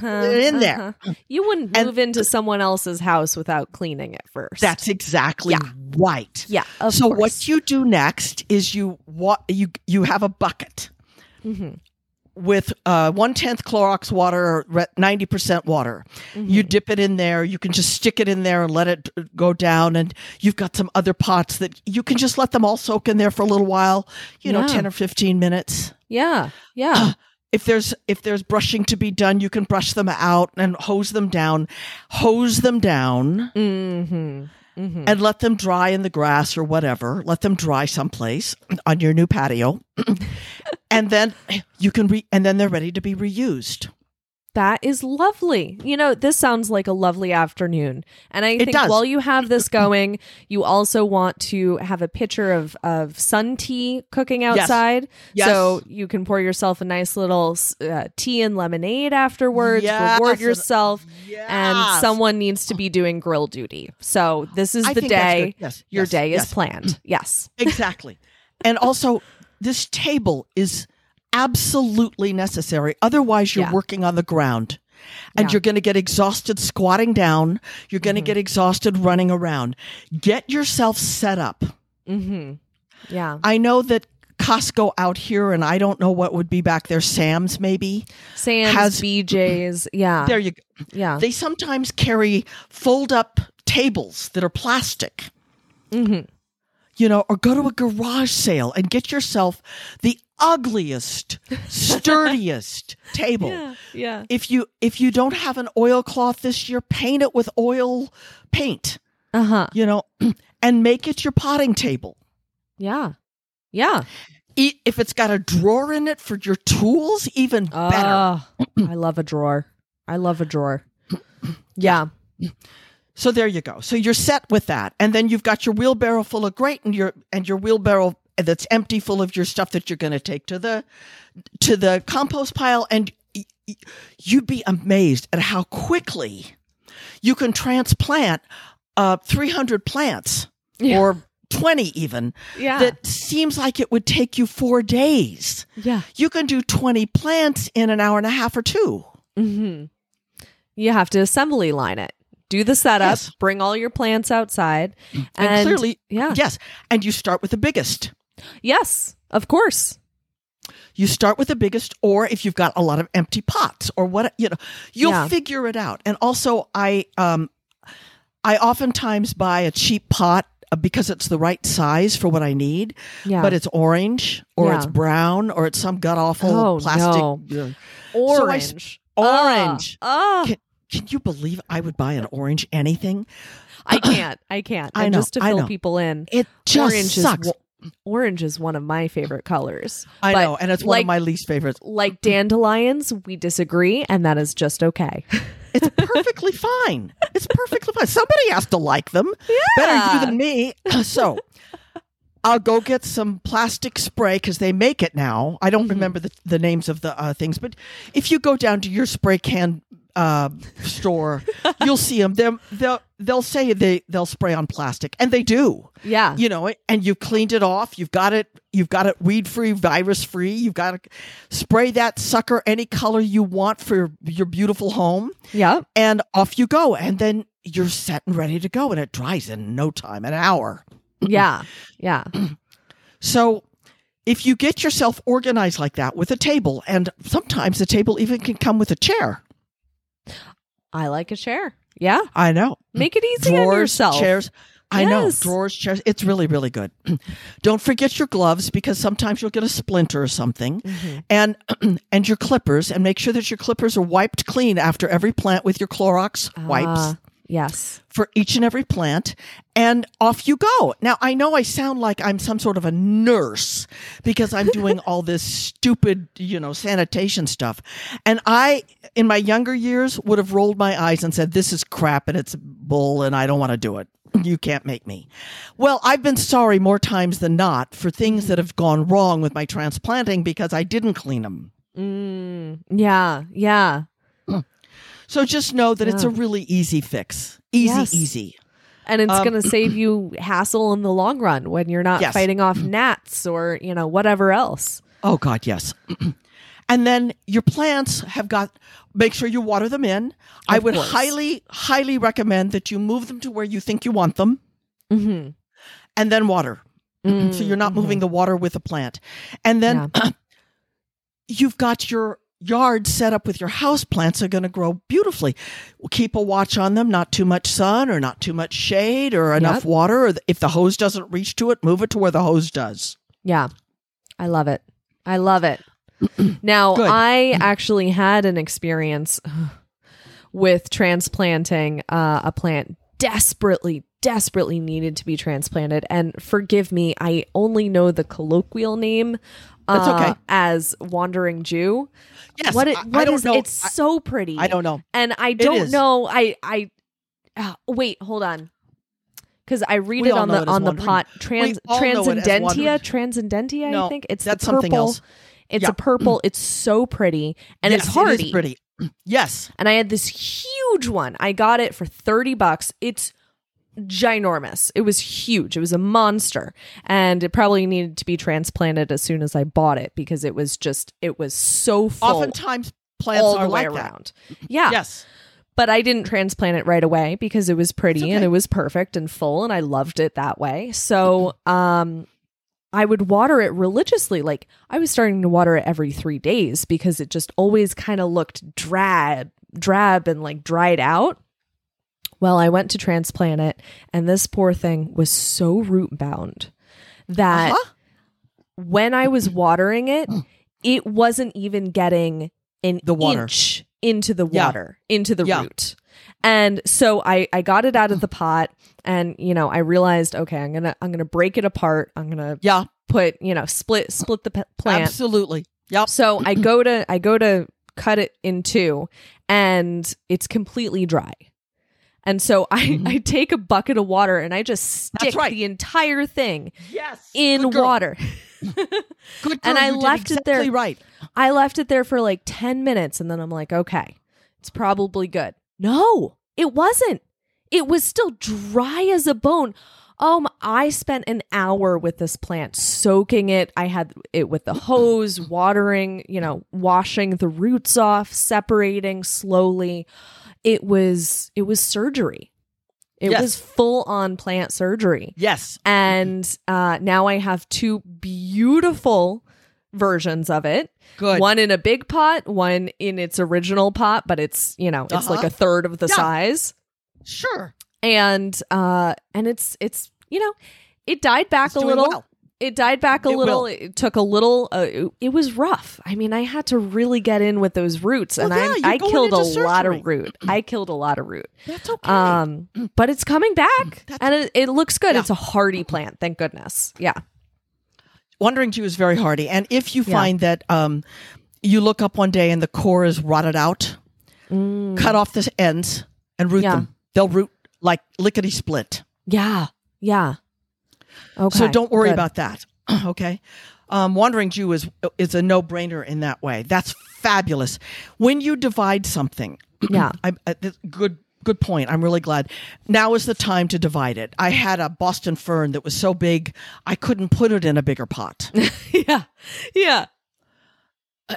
Speaker 2: They're
Speaker 1: in there.
Speaker 2: Uh-huh. You wouldn't
Speaker 1: And-
Speaker 2: move into someone else's house without cleaning it first.
Speaker 1: That's exactly
Speaker 2: Yeah.
Speaker 1: right.
Speaker 2: yeah. Of
Speaker 1: so
Speaker 2: course.
Speaker 1: what you do next is you wa- you you have a bucket
Speaker 2: Mhm.
Speaker 1: with uh, one tenth Clorox water or ninety percent water.
Speaker 2: Mm-hmm.
Speaker 1: You dip it in there. You can just stick it in there and let it uh, go down. And you've got some other pots that you can just let them all soak in there for a little while. You
Speaker 2: Yeah.
Speaker 1: know, ten or fifteen minutes.
Speaker 2: Yeah.
Speaker 1: [GASPS]
Speaker 2: Yeah.
Speaker 1: If there's if there's brushing to be done, you can brush them out and hose them down, hose them down,
Speaker 2: mm-hmm. Mm-hmm.
Speaker 1: and let them dry in the grass or whatever. Let them dry someplace on your new patio, [CLEARS THROAT] and then you can re- and then they're ready to be reused.
Speaker 2: That is lovely. You know, this sounds like a lovely afternoon. And I think
Speaker 1: does.
Speaker 2: while you have this going, you also want to have a picture of, of sun tea cooking outside.
Speaker 1: Yes.
Speaker 2: So you can pour yourself a nice little uh, tea and lemonade afterwards,
Speaker 1: Yes.
Speaker 2: reward yourself. And
Speaker 1: Yes.
Speaker 2: someone needs to be doing grill duty. So this is
Speaker 1: I
Speaker 2: the
Speaker 1: think that's
Speaker 2: day.
Speaker 1: good. Yes,
Speaker 2: Your
Speaker 1: yes,
Speaker 2: day is
Speaker 1: yes. [CLEARS THROAT]
Speaker 2: planned. Yes.
Speaker 1: exactly, and also this table is absolutely necessary. Otherwise, you're
Speaker 2: Yeah.
Speaker 1: working on the ground. And
Speaker 2: Yeah. Mm-hmm.
Speaker 1: you're going to get exhausted squatting down. You're going to get exhausted running around. Get yourself set up.
Speaker 2: Mm-hmm. Yeah.
Speaker 1: I know that Costco out here, and I don't know what would be back there, Sam's maybe.
Speaker 2: Sam's,
Speaker 1: Has-
Speaker 2: BJ's. Yeah.
Speaker 1: There you go.
Speaker 2: Yeah.
Speaker 1: They sometimes carry fold up tables that are plastic,
Speaker 2: Mhm.
Speaker 1: you know, or go to a garage sale and get yourself the ugliest, sturdiest table.
Speaker 2: Yeah. Yeah.
Speaker 1: If you if you don't have an oilcloth this year, paint it with oil paint,
Speaker 2: Uh huh.
Speaker 1: you know, [CLEARS THROAT] and make it your potting table.
Speaker 2: Yeah. Yeah.
Speaker 1: E- If it's got a drawer in it for your tools, even better. [CLEARS THROAT]
Speaker 2: Oh, I love a drawer. I love a drawer. Yeah.
Speaker 1: So there you go. So you're set with that, and then you've got your wheelbarrow full of great, and your and your wheelbarrow that's empty full of your stuff that you're going to take to the to the compost pile, and y- y- you'd be amazed at how quickly you can transplant uh, 300 plants
Speaker 2: Yeah.
Speaker 1: or 20 even.
Speaker 2: Yeah.
Speaker 1: That seems like it would take you four days.
Speaker 2: yeah.
Speaker 1: You can do 20 plants in an hour and a half or two.
Speaker 2: hmm You have to assembly line it. Do the setup.
Speaker 1: Yes.
Speaker 2: Bring all your plants outside. And,
Speaker 1: [CLEARS THROAT] And, clearly,
Speaker 2: yeah.
Speaker 1: yes. And you start with the biggest.
Speaker 2: Yes. Of course.
Speaker 1: you start with the biggest or if you've got a lot of empty pots or what you know you'll
Speaker 2: Yeah.
Speaker 1: figure it out and also i um i oftentimes buy a cheap pot uh, because it's the right size for what i need
Speaker 2: Yeah.
Speaker 1: but it's orange or it's
Speaker 2: Yeah.
Speaker 1: brown or it's some gut awful
Speaker 2: Oh,
Speaker 1: plastic
Speaker 2: no.
Speaker 1: Yeah. So I s-
Speaker 2: orange.
Speaker 1: orange
Speaker 2: Oh,
Speaker 1: Can- can you believe i would buy an orange anything [CLEARS THROAT]
Speaker 2: I can't. I can't.
Speaker 1: I
Speaker 2: and
Speaker 1: know,
Speaker 2: just to
Speaker 1: I
Speaker 2: fill
Speaker 1: know.
Speaker 2: people in,
Speaker 1: it just
Speaker 2: orange
Speaker 1: sucks
Speaker 2: is wo- orange is one of my favorite colors.
Speaker 1: i
Speaker 2: But
Speaker 1: know and it's one
Speaker 2: like
Speaker 1: of my least favorites
Speaker 2: like dandelions, we disagree, and that is
Speaker 1: [LAUGHS]
Speaker 2: just okay.
Speaker 1: It's perfectly fine. It's perfectly fine. Somebody has to like them. Better you than me. [CLEARS THROAT] So I'll go get some plastic spray because they make it now. I don't remember the, the names of the uh, things, but if you go down to your spray can uh, store, you'll see them. They'll, they'll, they'll say they, they'll spray on plastic, and they do.
Speaker 2: yeah.
Speaker 1: You know, and you've cleaned it off. You've got it. You've got it weed free, virus free. You've got to spray that sucker any color you want for your, your beautiful home
Speaker 2: [LAUGHS] Yep.
Speaker 1: and off you go and then you're set and ready to go and it dries in no time an hour
Speaker 2: Yeah. Yeah.
Speaker 1: so if you get yourself organized like that with a table and sometimes the table even can come with a chair
Speaker 2: I like a chair. Yeah.
Speaker 1: i know
Speaker 2: Make it easy on
Speaker 1: drawers
Speaker 2: yourself.
Speaker 1: chairs I know
Speaker 2: Yes.
Speaker 1: drawers, chairs. It's really, really good. [CLEARS THROAT] Don't forget your gloves because sometimes you'll get a splinter or something,
Speaker 2: Mm-hmm.
Speaker 1: and [CLEARS THROAT] and your clippers. And make sure that your clippers are wiped clean after every plant with your Clorox wipes
Speaker 2: Ah, yes.
Speaker 1: for each and every plant, and off you go. Now, I know I sound like I'm some sort of a nurse because I'm doing all this stupid, you know, sanitation stuff. And I, in my younger years, would have rolled my eyes and said, This is crap and it's bull and I don't want to do it. You can't make me. Well, I've been sorry more times than not for things that have gone wrong with my transplanting because I didn't clean them.
Speaker 2: Mm, yeah. Yeah.
Speaker 1: So just know that it's a
Speaker 2: Yeah.
Speaker 1: really easy fix. Easy,
Speaker 2: Yes.
Speaker 1: easy.
Speaker 2: And it's
Speaker 1: Um, [CLEARS THROAT]
Speaker 2: going to save you hassle in the long run when you're not
Speaker 1: Yes. Mm-hmm.
Speaker 2: fighting off gnats or, you know, whatever else.
Speaker 1: Oh God, yes. [CLEARS THROAT] and then your plants have got. Make sure you water them in. I
Speaker 2: Of
Speaker 1: would
Speaker 2: course.
Speaker 1: highly, highly recommend that you move them to where you think you want them,
Speaker 2: Mm-hmm.
Speaker 1: and then water.
Speaker 2: Mm.
Speaker 1: so you're not moving the water with the plant, and then [CLEARS THROAT] you've got your yard set up with your house plants are going to grow beautifully keep a watch on them not too much sun or not too much shade or enough
Speaker 2: Yep.
Speaker 1: water or th- if the hose doesn't reach to it move it to where the hose does
Speaker 2: Yeah. I love it. I love
Speaker 1: [CLEARS THROAT]
Speaker 2: it. now,
Speaker 1: Good.
Speaker 2: I actually had an experience [SIGHS] with transplanting uh, a plant desperately, desperately needed to be transplanted. And forgive me, I only know the colloquial name.
Speaker 1: That's
Speaker 2: uh,
Speaker 1: okay.
Speaker 2: As wandering Jew,
Speaker 1: yes
Speaker 2: what it
Speaker 1: I-
Speaker 2: what
Speaker 1: I, don't
Speaker 2: is-
Speaker 1: know
Speaker 2: It's so pretty.
Speaker 1: I, I don't know
Speaker 2: and I don't
Speaker 1: is.
Speaker 2: know. I I uh, wait. Hold on, because I read
Speaker 1: We
Speaker 2: it
Speaker 1: all
Speaker 2: on
Speaker 1: know
Speaker 2: the
Speaker 1: it as
Speaker 2: on the
Speaker 1: wandering.
Speaker 2: pot trans
Speaker 1: all know it as
Speaker 2: transcendentia
Speaker 1: wandering.
Speaker 2: transcendentia. I
Speaker 1: No,
Speaker 2: think it's
Speaker 1: that's
Speaker 2: the purple.
Speaker 1: something else.
Speaker 2: It's
Speaker 1: Yeah.
Speaker 2: a purple. It's so pretty and it's
Speaker 1: Yes,
Speaker 2: hardy.
Speaker 1: It is pretty. [CLEARS THROAT] Yes.
Speaker 2: And I had this huge one. I got it for thirty bucks. It's ginormous. It was huge. It was a monster, and it probably needed to be transplanted as soon as I bought it because it was just it was so full
Speaker 1: Oftentimes plants
Speaker 2: all the
Speaker 1: are
Speaker 2: way
Speaker 1: like
Speaker 2: around. Yeah,
Speaker 1: that. Yes.
Speaker 2: but I didn't transplant it right away because it was pretty
Speaker 1: okay.
Speaker 2: and it was perfect and full and I loved it that way. So, um I would water it religiously. Like I was starting to water it every 3 days because it just always kind of looked drab, drab and like dried out. Well, I went to transplant it and this poor thing was so root bound that
Speaker 1: Uh-huh.
Speaker 2: when I was
Speaker 1: [GASPS]
Speaker 2: watering it, it wasn't even getting an
Speaker 1: The water.
Speaker 2: inch into the
Speaker 1: Yeah.
Speaker 2: water, into the
Speaker 1: Yeah.
Speaker 2: root. And so I, I got it
Speaker 1: [SIGHS]
Speaker 2: out of the pot and you know, I realized, okay, I'm gonna I'm gonna break it apart. I'm gonna
Speaker 1: Yeah.
Speaker 2: put, you know, split split the p- plant.
Speaker 1: Absolutely. Yep.
Speaker 2: So
Speaker 1: [CLEARS THROAT]
Speaker 2: I go to I go to cut it in two and it's completely dry. And so I,
Speaker 1: Mhm.
Speaker 2: I take a bucket of water and I just
Speaker 1: That's
Speaker 2: stick
Speaker 1: right.
Speaker 2: the entire thing
Speaker 1: Yes.
Speaker 2: in
Speaker 1: Good girl.
Speaker 2: water.
Speaker 1: Good girl.
Speaker 2: And I
Speaker 1: You did
Speaker 2: left it there.
Speaker 1: exactly Right.
Speaker 2: I left it there for like 10 minutes and then I'm like, okay, it's probably good. No, it wasn't. It was still dry as a bone. Um, I spent an hour with this plant soaking it. I had it with the hose, watering, you know, washing the roots off, separating slowly. It was it was surgery. It
Speaker 1: Yes.
Speaker 2: was full on plant surgery
Speaker 1: Yes.
Speaker 2: and uh, now I have two beautiful versions of it.
Speaker 1: Good.
Speaker 2: One in a big pot, one in its original pot, but it's you know it's
Speaker 1: Uh-huh.
Speaker 2: like a third of the
Speaker 1: Yeah.
Speaker 2: size,
Speaker 1: Sure.
Speaker 2: and uh, and it's it's you know it died back
Speaker 1: It's
Speaker 2: a
Speaker 1: doing
Speaker 2: little.
Speaker 1: well.
Speaker 2: It died back a
Speaker 1: It
Speaker 2: little.
Speaker 1: will.
Speaker 2: It took a little. Uh, it, it was rough. I mean, I had to really get in with those roots,
Speaker 1: Well,
Speaker 2: and
Speaker 1: yeah, you're
Speaker 2: I I
Speaker 1: going
Speaker 2: killed a
Speaker 1: into
Speaker 2: lot of
Speaker 1: surgery.
Speaker 2: root.
Speaker 1: [CLEARS THROAT]
Speaker 2: I killed a lot of root.
Speaker 1: That's okay. Mm,
Speaker 2: Um, but it's coming back,
Speaker 1: That's-
Speaker 2: and it, it looks good.
Speaker 1: Yeah.
Speaker 2: It's a hardy plant, thank goodness. Yeah,
Speaker 1: Wandering Jew is very hardy, and if you
Speaker 2: Yeah.
Speaker 1: find that um, you look up one day and the core is rotted out,
Speaker 2: Mm.
Speaker 1: cut off the ends and root
Speaker 2: Mm-hmm. Yeah.
Speaker 1: them. They'll root like lickety split.
Speaker 2: yeah, yeah. Okay,
Speaker 1: So don't worry
Speaker 2: good.
Speaker 1: about that. [CLEARS THROAT] okay. Um, Wandering Jew is is a no brainer in that way. That's fabulous. When you divide something, [CLEARS THROAT]
Speaker 2: Yeah.
Speaker 1: I, I, th- good good point. I'm really glad. Now is the time to divide it. I had a Boston fern that was so big I couldn't put it in a bigger pot.
Speaker 2: [LAUGHS] [LAUGHS] yeah, yeah,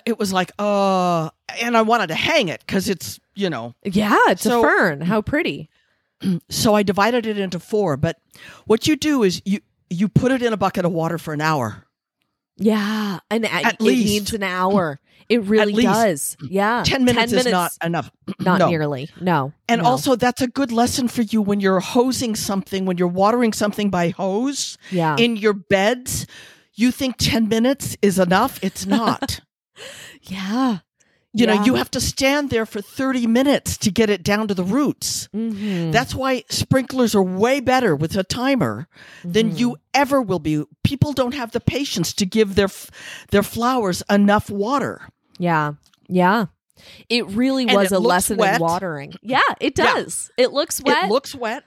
Speaker 1: it was like, uh, and I wanted to hang it because it's you know
Speaker 2: yeah. It's
Speaker 1: So-
Speaker 2: a fern. How pretty.
Speaker 1: so I divided it into four. But what you do is you you put it in a bucket of water for an hour.
Speaker 2: Yeah, and
Speaker 1: At
Speaker 2: it
Speaker 1: least.
Speaker 2: needs an hour. It really
Speaker 1: least
Speaker 2: does. Yeah.
Speaker 1: 10 minutes is not enough.
Speaker 2: not
Speaker 1: no.
Speaker 2: nearly. No.
Speaker 1: And
Speaker 2: No.
Speaker 1: also, that's a good lesson for you when you're hosing something, when you're watering something by hose
Speaker 2: yeah.
Speaker 1: in your beds. You think 10 minutes is enough? It's not.
Speaker 2: yeah.
Speaker 1: you know,
Speaker 2: Yeah.
Speaker 1: you have to stand there for 30 minutes to get it down to the roots.
Speaker 2: Mhm.
Speaker 1: That's why sprinklers are way better with a timer than you ever will be. People don't have the patience to give their f- their flowers enough water.
Speaker 2: Yeah. Yeah. It really
Speaker 1: And
Speaker 2: was
Speaker 1: it
Speaker 2: a
Speaker 1: looks
Speaker 2: lesson in
Speaker 1: wet.
Speaker 2: watering. Yeah, it
Speaker 1: Yeah.
Speaker 2: does. It looks wet.
Speaker 1: It looks
Speaker 2: [LAUGHS]
Speaker 1: wet,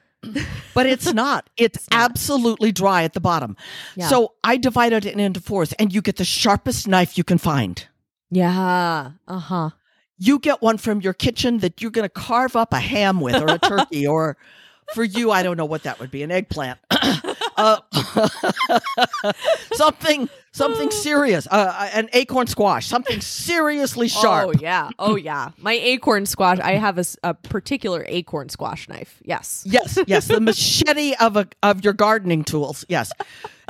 Speaker 1: but it's not. It's,
Speaker 2: not.
Speaker 1: absolutely dry at the bottom.
Speaker 2: Yeah.
Speaker 1: So I divided it into fours, and you get the sharpest knife you can find.
Speaker 2: yeah. Uh huh.
Speaker 1: You get one from your kitchen that you're going to carve up a ham with, or a turkey, or
Speaker 2: [LAUGHS]
Speaker 1: for you, I don't know what that would be, an eggplant, [COUGHS] uh, [LAUGHS] something,
Speaker 2: [GASPS]
Speaker 1: something serious, uh, an acorn squash, something seriously sharp.
Speaker 2: Oh yeah. Oh yeah. My acorn squash. I have a, s- a particular acorn squash knife. Yes.
Speaker 1: Yes, yes, the machete of a of your gardening tools. Yes.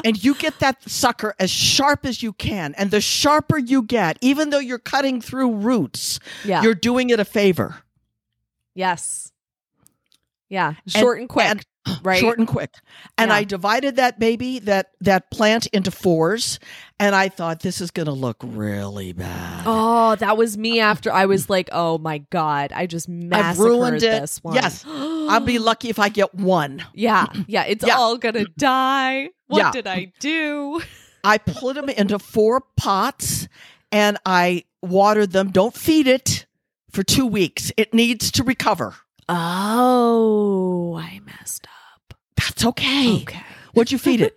Speaker 1: And you get that sucker as sharp as you can. And the sharper you get, even though you're cutting through roots,
Speaker 2: Yeah.
Speaker 1: you're doing it a favor.
Speaker 2: yes. Yeah. Short and, quick.
Speaker 1: and-
Speaker 2: right.
Speaker 1: Short and quick. And
Speaker 2: Yeah.
Speaker 1: I divided that baby, that that plant into fours, and I thought this is gonna look really bad.
Speaker 2: Oh, that was me after I was like, oh my God, I just massacred
Speaker 1: ruined it.
Speaker 2: this one.
Speaker 1: Yes. I'll be lucky if I get one.
Speaker 2: [GASPS] yeah, yeah, it's
Speaker 1: Yeah.
Speaker 2: all gonna die. What
Speaker 1: Yeah.
Speaker 2: did I do?
Speaker 1: I put them into four pots and I watered them. Don't feed it for two weeks. It needs to recover.
Speaker 2: Oh, I messed up.
Speaker 1: That's okay. What'd you feed
Speaker 2: [LAUGHS]
Speaker 1: it?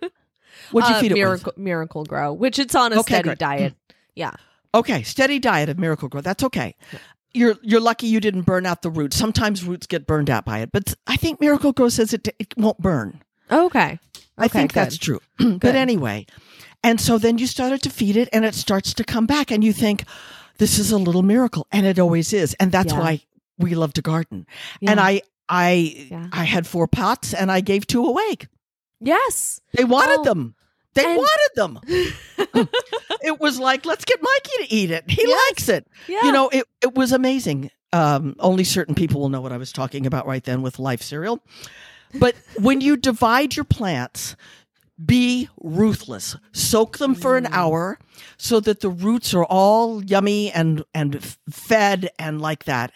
Speaker 1: What'd you
Speaker 2: Uh,
Speaker 1: feed it with?
Speaker 2: miracle, Miracle Grow, which it's on a
Speaker 1: Okay,
Speaker 2: steady
Speaker 1: good. Mm.
Speaker 2: diet. Yeah.
Speaker 1: Okay, steady diet of Miracle Grow. That's okay. You're you're lucky you didn't burn out the roots. Sometimes roots get burned out by it, but I think Miracle Grow says it it won't burn.
Speaker 2: Okay.
Speaker 1: I
Speaker 2: Okay,
Speaker 1: think that's true. [CLEARS THROAT] but anyway, and so then you started to feed it and it starts to come back and you think this is a little miracle and it always is. And that's
Speaker 2: Yeah.
Speaker 1: why we love to garden.
Speaker 2: Yeah.
Speaker 1: And I I
Speaker 2: Yeah.
Speaker 1: I had four pots and I gave two away.
Speaker 2: yes.
Speaker 1: They wanted
Speaker 2: Oh,
Speaker 1: them. They
Speaker 2: and-
Speaker 1: wanted
Speaker 2: [LAUGHS]
Speaker 1: them. it was like, let's get Mikey to eat it. He
Speaker 2: Yes.
Speaker 1: likes it.
Speaker 2: Yeah.
Speaker 1: You know, it, it was amazing. Um, only certain people will know what I was talking about right then with life cereal. But when you divide your plants, be ruthless. Soak them for
Speaker 2: Mm.
Speaker 1: an hour so that the roots are all yummy and and f- fed and like that.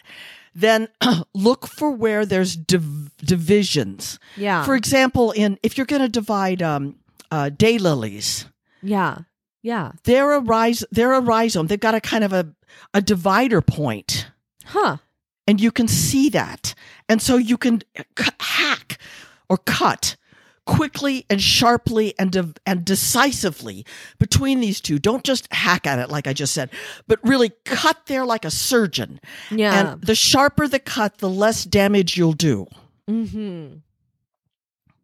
Speaker 1: Then [CLEARS THROAT] look for where there's div- divisions.
Speaker 2: Yeah.
Speaker 1: For example, in if you're going to divide um, uh, daylilies,
Speaker 2: yeah. Yeah.
Speaker 1: they're a rise, they're a rhizome. They've got a kind of a a divider point,
Speaker 2: Huh.
Speaker 1: and you can see that, and so you can c- hack or cut quickly and sharply and de- and decisively between these two. Don't just hack at it like I just said, but really cut there like a surgeon.
Speaker 2: Yeah.
Speaker 1: And the sharper the cut, the less damage you'll do. [CLEARS THROAT]
Speaker 2: mm-hmm.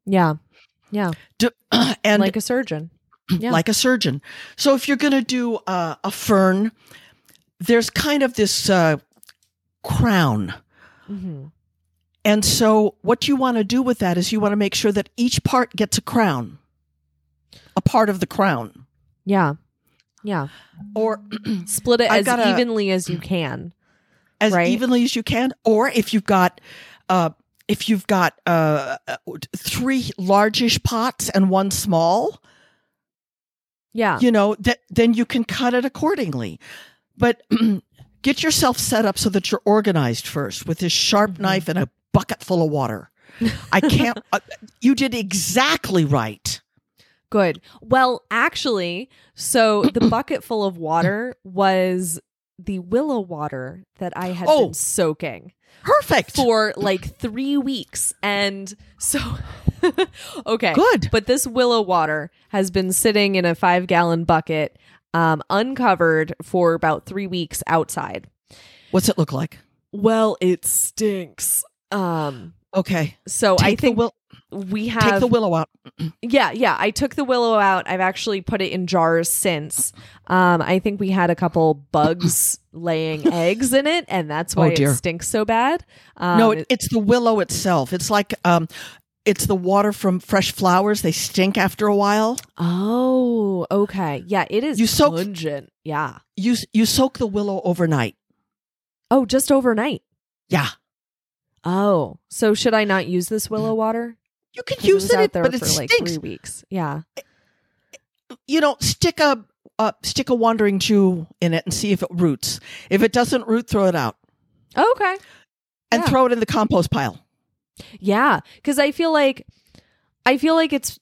Speaker 2: Yeah. Yeah.
Speaker 1: D- and
Speaker 2: like a surgeon. Yeah.
Speaker 1: like a surgeon. So if you're going to do uh, a fern, there's kind of this uh, crown.
Speaker 2: Mhm.
Speaker 1: And so what you want to do with that is you want to make sure that each part gets a crown, a part of the crown.
Speaker 2: Yeah. Yeah.
Speaker 1: Or
Speaker 2: Split it
Speaker 1: I've
Speaker 2: as
Speaker 1: got a-
Speaker 2: evenly as you can.
Speaker 1: as
Speaker 2: Right.
Speaker 1: evenly as you can, or if you've got, uh, if you've got uh, uh, three largish pots and one small,
Speaker 2: Yeah.
Speaker 1: you know that then you can cut it accordingly but [CLEARS THROAT] get yourself set up so that you're organized first with this sharp
Speaker 2: Mm-hmm.
Speaker 1: knife and a bucket full of water i
Speaker 2: [LAUGHS]
Speaker 1: can't uh, you did exactly right
Speaker 2: Good. Well, actually, so
Speaker 1: [CLEARS THROAT]
Speaker 2: the bucket full of water was the willow water that I had
Speaker 1: Oh.
Speaker 2: been soaking
Speaker 1: perfect
Speaker 2: for like three weeks. And so, [LAUGHS] okay.
Speaker 1: good
Speaker 2: But this willow water has been sitting in a five gallon bucket, um, uncovered for about three weeks outside.
Speaker 1: what's it look like
Speaker 2: Well, it stinks. Um,
Speaker 1: okay
Speaker 2: so I
Speaker 1: take
Speaker 2: think
Speaker 1: the will
Speaker 2: we have
Speaker 1: take the willow out
Speaker 2: yeah, yeah. I took the willow out. I've actually put it in jars since. Um, I think we had a couple
Speaker 1: [LAUGHS]
Speaker 2: bugs laying eggs in it, and that's
Speaker 1: Oh,
Speaker 2: why
Speaker 1: dear.
Speaker 2: it stinks so bad. Um,
Speaker 1: no it, it's the willow itself it's like um it's the water from fresh flowers. They stink after a while.
Speaker 2: Oh, okay. Yeah, it is
Speaker 1: You soak-
Speaker 2: pungent. Yeah.
Speaker 1: You you soak the willow overnight.
Speaker 2: Oh, just overnight.
Speaker 1: Yeah,
Speaker 2: Oh, so should I not use this willow water?
Speaker 1: you can
Speaker 2: 'Cause
Speaker 1: Mm. use
Speaker 2: was
Speaker 1: it,
Speaker 2: out there
Speaker 1: but it
Speaker 2: for like
Speaker 1: stinks.
Speaker 2: three weeks. Yeah.
Speaker 1: you know, stick a uh, stick a wandering Jew in it and see if it roots. If it doesn't root, throw it out
Speaker 2: Oh, Okay.
Speaker 1: and
Speaker 2: Yeah.
Speaker 1: throw it in the compost pile.
Speaker 2: Yeah, because I feel like I feel like it's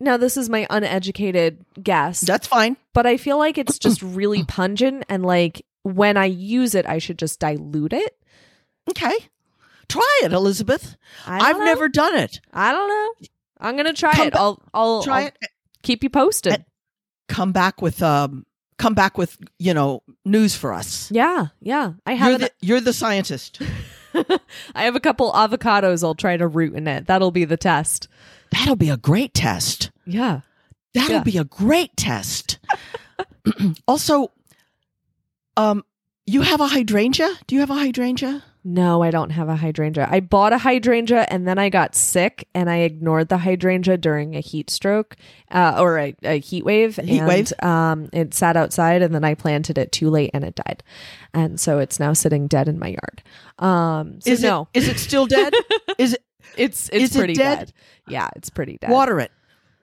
Speaker 2: now this is my uneducated guess,
Speaker 1: That's fine.
Speaker 2: but I feel like
Speaker 1: [CLEARS THROAT]
Speaker 2: it's just really pungent and like when I use it, I should just dilute it.
Speaker 1: Okay, try it, Elizabeth.
Speaker 2: I don't
Speaker 1: I've
Speaker 2: know.
Speaker 1: never done it.
Speaker 2: I don't know. I'm gonna try
Speaker 1: Come
Speaker 2: it.
Speaker 1: ba-
Speaker 2: I'll I'll
Speaker 1: Try
Speaker 2: I'll
Speaker 1: it.
Speaker 2: keep you posted.
Speaker 1: And- Come back with um. Come back with you know news for us.
Speaker 2: yeah, yeah. I
Speaker 1: You're
Speaker 2: have
Speaker 1: the, you're the scientist.
Speaker 2: an- [LAUGHS] I have a couple avocados. I'll try to root in it. That'll be the test.
Speaker 1: That'll be a great test.
Speaker 2: Yeah.
Speaker 1: That'll
Speaker 2: Yeah.
Speaker 1: be a great test. [CLEARS THROAT] also, um, you have a hydrangea? Do you have a hydrangea?
Speaker 2: No, I don't have a hydrangea. I bought a hydrangea and then I got sick and I ignored the hydrangea during a heat stroke uh, or a, a heat wave.
Speaker 1: Heat
Speaker 2: and,
Speaker 1: wave.
Speaker 2: Um, it sat outside and then I planted it too late and it died. And so it's now sitting dead in my yard. Um, so
Speaker 1: is
Speaker 2: no,
Speaker 1: it is it still
Speaker 2: [LAUGHS]
Speaker 1: dead? is it
Speaker 2: it's it's
Speaker 1: is it
Speaker 2: pretty
Speaker 1: dead?
Speaker 2: dead? Yeah, it's pretty dead.
Speaker 1: water it?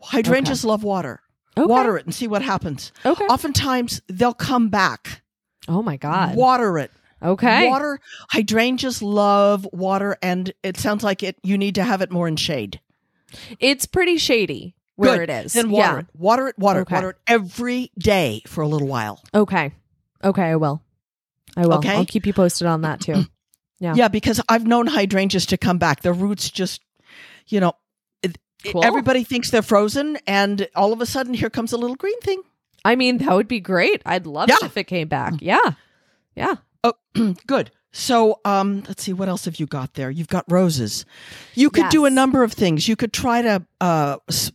Speaker 1: Hydrangeas love water.
Speaker 2: Okay.
Speaker 1: Water it and see what happens.
Speaker 2: Okay.
Speaker 1: Oftentimes they'll come back.
Speaker 2: Oh my god.
Speaker 1: Water it.
Speaker 2: okay.
Speaker 1: Water hydrangeas love water and it sounds like it you need to have it more in shade.
Speaker 2: It's pretty shady where
Speaker 1: Good.
Speaker 2: it is.
Speaker 1: Then water
Speaker 2: yeah.
Speaker 1: it. Water it, water
Speaker 2: Okay.
Speaker 1: it, water it every day for a little while.
Speaker 2: Okay. Okay, I will. I will.
Speaker 1: Okay.
Speaker 2: I'll keep you posted on that too. Yeah.
Speaker 1: Yeah, because I've known hydrangeas to come back. The roots just, you know, it- it-
Speaker 2: Cool.
Speaker 1: everybody thinks they're frozen, and all of a sudden, here comes a little green thing.
Speaker 2: I mean, that would be great. I'd love it
Speaker 1: Yeah.
Speaker 2: if it came back. Yeah. Yeah.
Speaker 1: Oh, good. So, um, let's see, what else have you got there? You've got roses. You could do a
Speaker 2: Yes.
Speaker 1: number of things. You could try to, uh, s-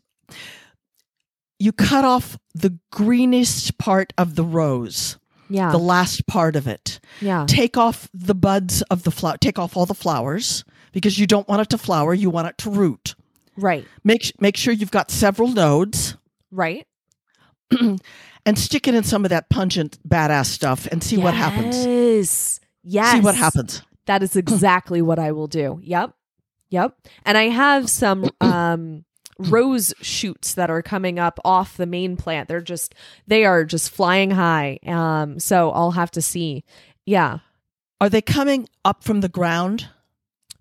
Speaker 1: you cut off the greenest part of the rose,
Speaker 2: Yeah.
Speaker 1: the last part of it.
Speaker 2: yeah.
Speaker 1: Take off the buds of the flower, take off all the flowers because you don't want it to flower, you want it to root.
Speaker 2: Right.
Speaker 1: make s- make sure you've got several nodes
Speaker 2: Right.
Speaker 1: and stick it in some of that pungent badass stuff and see what happens
Speaker 2: Yes. Yes.
Speaker 1: see what happens
Speaker 2: That is exactly what I will do. Yep. Yep. And I have
Speaker 1: [CLEARS THROAT]
Speaker 2: some um rose shoots that are coming up off the main plant. They're just they are just flying high. Um so I'll have to see. Yeah.
Speaker 1: are they coming up from the ground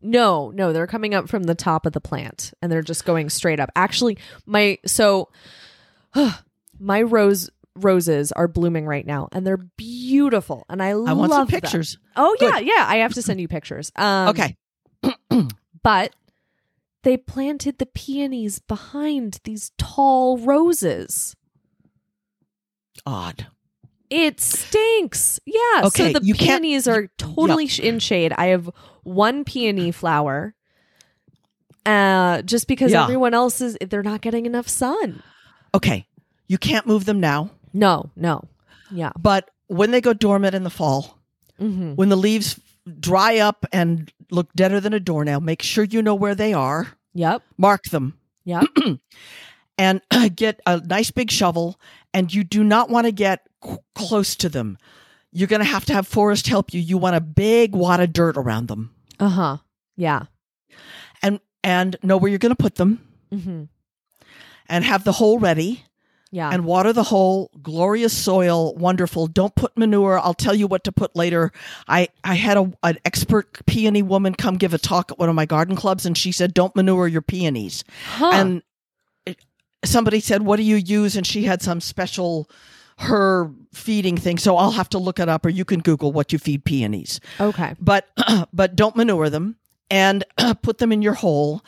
Speaker 2: No, no, they're coming up from the top of the plant and they're just going straight up. Actually, my so [SIGHS] my rose roses are blooming right now and they're beautiful and I,
Speaker 1: i want some
Speaker 2: love them.
Speaker 1: pictures
Speaker 2: Oh
Speaker 1: Good.
Speaker 2: yeah, yeah, I have to send you pictures. Um
Speaker 1: okay
Speaker 2: But they planted the peonies behind these tall roses.
Speaker 1: odd
Speaker 2: It stinks. Yeah.
Speaker 1: Okay,
Speaker 2: so the
Speaker 1: you can't-
Speaker 2: peonies are totally sh in shade. I have one peony flower. Uh, just because
Speaker 1: Yeah.
Speaker 2: everyone else is, they're not getting enough sun.
Speaker 1: okay you can't move them now
Speaker 2: No, no. Yeah.
Speaker 1: but when they go dormant in the fall
Speaker 2: hmm
Speaker 1: when the leaves dry up and look deader than a doornail make sure you know where they are
Speaker 2: Yep.
Speaker 1: mark them
Speaker 2: Yep.
Speaker 1: [CLEARS THROAT] and [CLEARS THROAT] get a nice big shovel and you do not want to get c- close to them you're going to have to have forest help you you want a big wad of dirt around them
Speaker 2: uh huh. Yeah.
Speaker 1: and and know where you're going to put them
Speaker 2: hmm
Speaker 1: and have the hole ready
Speaker 2: Yeah.
Speaker 1: and water the hole glorious soil wonderful don't put manure i'll tell you what to put later i i had a, an expert peony woman come give a talk at one of my garden clubs and she said don't manure your peonies
Speaker 2: huh.
Speaker 1: and it- somebody said what do you use and she had some special her feeding thing so i'll have to look it up or you can google what you feed peonies
Speaker 2: okay.
Speaker 1: but [CLEARS THROAT] but don't manure them and [CLEARS THROAT] put them in your hole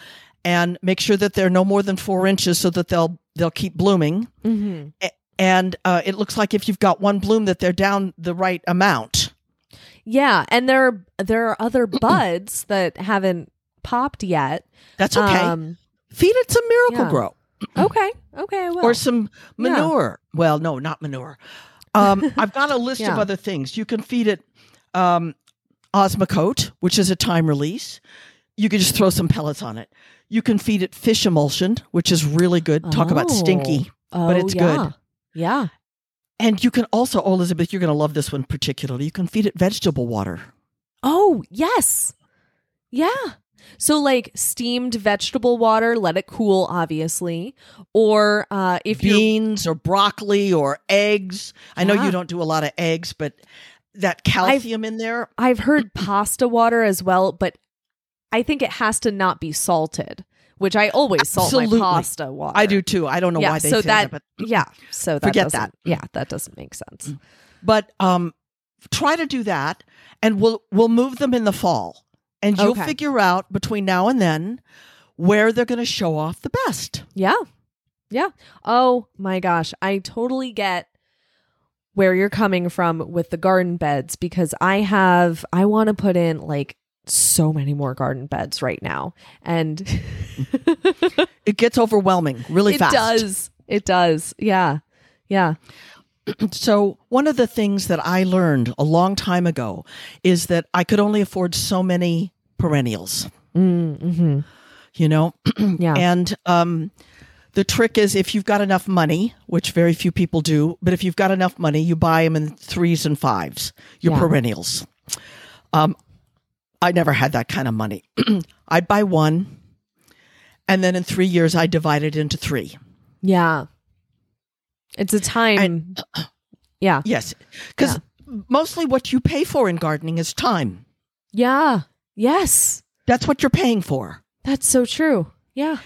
Speaker 1: and make sure that they're no more than four inches so that they'll they'll keep blooming Mm-hmm.
Speaker 2: hmm
Speaker 1: and uh, it looks like if you've got one bloom that they're down the right amount
Speaker 2: Yeah. And there are, there are
Speaker 1: [CLEARS THROAT]
Speaker 2: other buds that haven't popped yet.
Speaker 1: that's okay
Speaker 2: Um,
Speaker 1: feed it some miracle
Speaker 2: yeah.
Speaker 1: grow
Speaker 2: okay. Okay. I will.
Speaker 1: or some
Speaker 2: Yeah.
Speaker 1: manure. Well, no, not manure.
Speaker 2: [LAUGHS]
Speaker 1: Um, I've got a list
Speaker 2: Yeah.
Speaker 1: of other things. You can feed it um, Osmocote, which is a time release. You can just throw some pellets on it. You can feed it fish emulsion, which is really good. Talk about
Speaker 2: Oh.
Speaker 1: stinky.
Speaker 2: Oh,
Speaker 1: But it's
Speaker 2: yeah.
Speaker 1: good.
Speaker 2: Yeah.
Speaker 1: And you can also, oh, Elizabeth, you're going to love this one particularly. You can feed it vegetable water.
Speaker 2: Oh, yes. Yeah. So like steamed vegetable water, let it cool, obviously. Or uh if you
Speaker 1: Beans or broccoli or eggs. I know
Speaker 2: Yeah.
Speaker 1: you don't do a lot of eggs, but that calcium in there.
Speaker 2: I've heard pasta water as well, but I think it has to not be salted, which I always salt
Speaker 1: Absolutely.
Speaker 2: my pasta water.
Speaker 1: I do too. I don't know
Speaker 2: yeah,
Speaker 1: why they
Speaker 2: so
Speaker 1: say that, but
Speaker 2: yeah, so that
Speaker 1: Forget
Speaker 2: doesn't-
Speaker 1: that.
Speaker 2: Yeah, that doesn't make sense.
Speaker 1: but um, try to do that, and we'll we'll move them in the fall, and you'll
Speaker 2: Okay.
Speaker 1: figure out between now and then where they're going to show off the best.
Speaker 2: Yeah. Yeah. Oh my gosh. I totally get where you're coming from with the garden beds because I have, I want to put in like so many more garden beds right now.
Speaker 1: [LAUGHS]
Speaker 2: And
Speaker 1: It gets overwhelming really
Speaker 2: it
Speaker 1: fast.
Speaker 2: does. It does. Yeah. Yeah.
Speaker 1: [CLEARS THROAT] So, one of the things that I learned a long time ago is that I could only afford so many perennials,
Speaker 2: Mm-hmm.
Speaker 1: you know? Mm,
Speaker 2: Yeah.
Speaker 1: And um, the trick is if you've got enough money, which very few people do, but if you've got enough money, you buy them in threes and fives, your
Speaker 2: Yeah.
Speaker 1: perennials. Um, I never had that kind of money. [CLEARS THROAT] I'd buy one, and then in three years, I divide it into three.
Speaker 2: yeah. It's a time.
Speaker 1: uh,
Speaker 2: yeah.
Speaker 1: Yes. Because mostly what you pay for in gardening is time.
Speaker 2: Yeah. Yes.
Speaker 1: That's what you're paying for.
Speaker 2: That's so true. Yeah.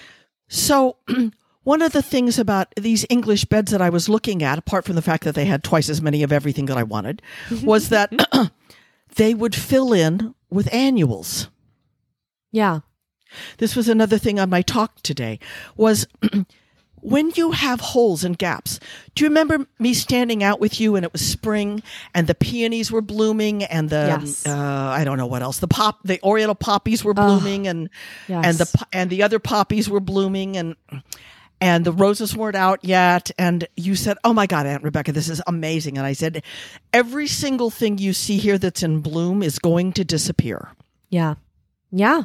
Speaker 1: So, [CLEARS THROAT] one of the things about these English beds that I was looking at, apart from the fact that they had twice as many of everything that I wanted, was that [CLEARS THROAT] they would fill in with annuals.
Speaker 2: Yeah.
Speaker 1: This was another thing on my talk today was [CLEARS THROAT] when you have holes and gaps. Do you remember me standing out with you and it was spring and the peonies were blooming and the
Speaker 2: Yes.
Speaker 1: uh, I don't know what else. The pop the oriental poppies were blooming and
Speaker 2: Yes.
Speaker 1: and the po- and the other poppies were blooming and and the roses weren't out yet and you said oh my god aunt rebecca this is amazing and i said every single thing you see here that's in bloom is going to disappear
Speaker 2: yeah. Yeah.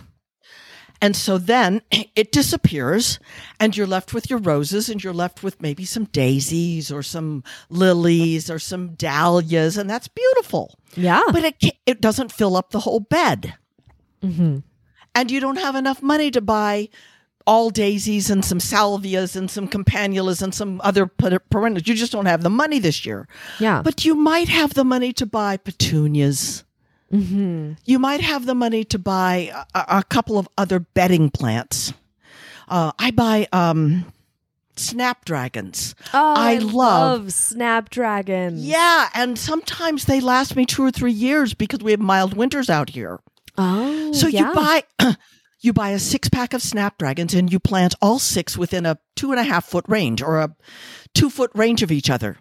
Speaker 1: and so then [CLEARS THROAT] it disappears and you're left with your roses and you're left with maybe some daisies or some lilies or some dahlias and that's beautiful
Speaker 2: Yeah.
Speaker 1: but it ca- it doesn't fill up the whole bed
Speaker 2: mm-hmm.
Speaker 1: and you don't have enough money to buy all daisies and some salvias and some campanulas and some other per- perennials. You just don't have the money this year.
Speaker 2: Yeah.
Speaker 1: But you might have the money to buy petunias.
Speaker 2: Mm-hmm.
Speaker 1: You might have the money to buy a, a couple of other bedding plants. Uh, I buy um, snapdragons.
Speaker 2: Oh,
Speaker 1: I love-
Speaker 2: snapdragons.
Speaker 1: Yeah, and sometimes they last me two or three years because we have mild winters out here.
Speaker 2: Oh,
Speaker 1: So
Speaker 2: yeah.
Speaker 1: you buy [CLEARS THROAT] you buy a six pack of snapdragons and you plant all six within a two and a half foot range or a two foot range of each other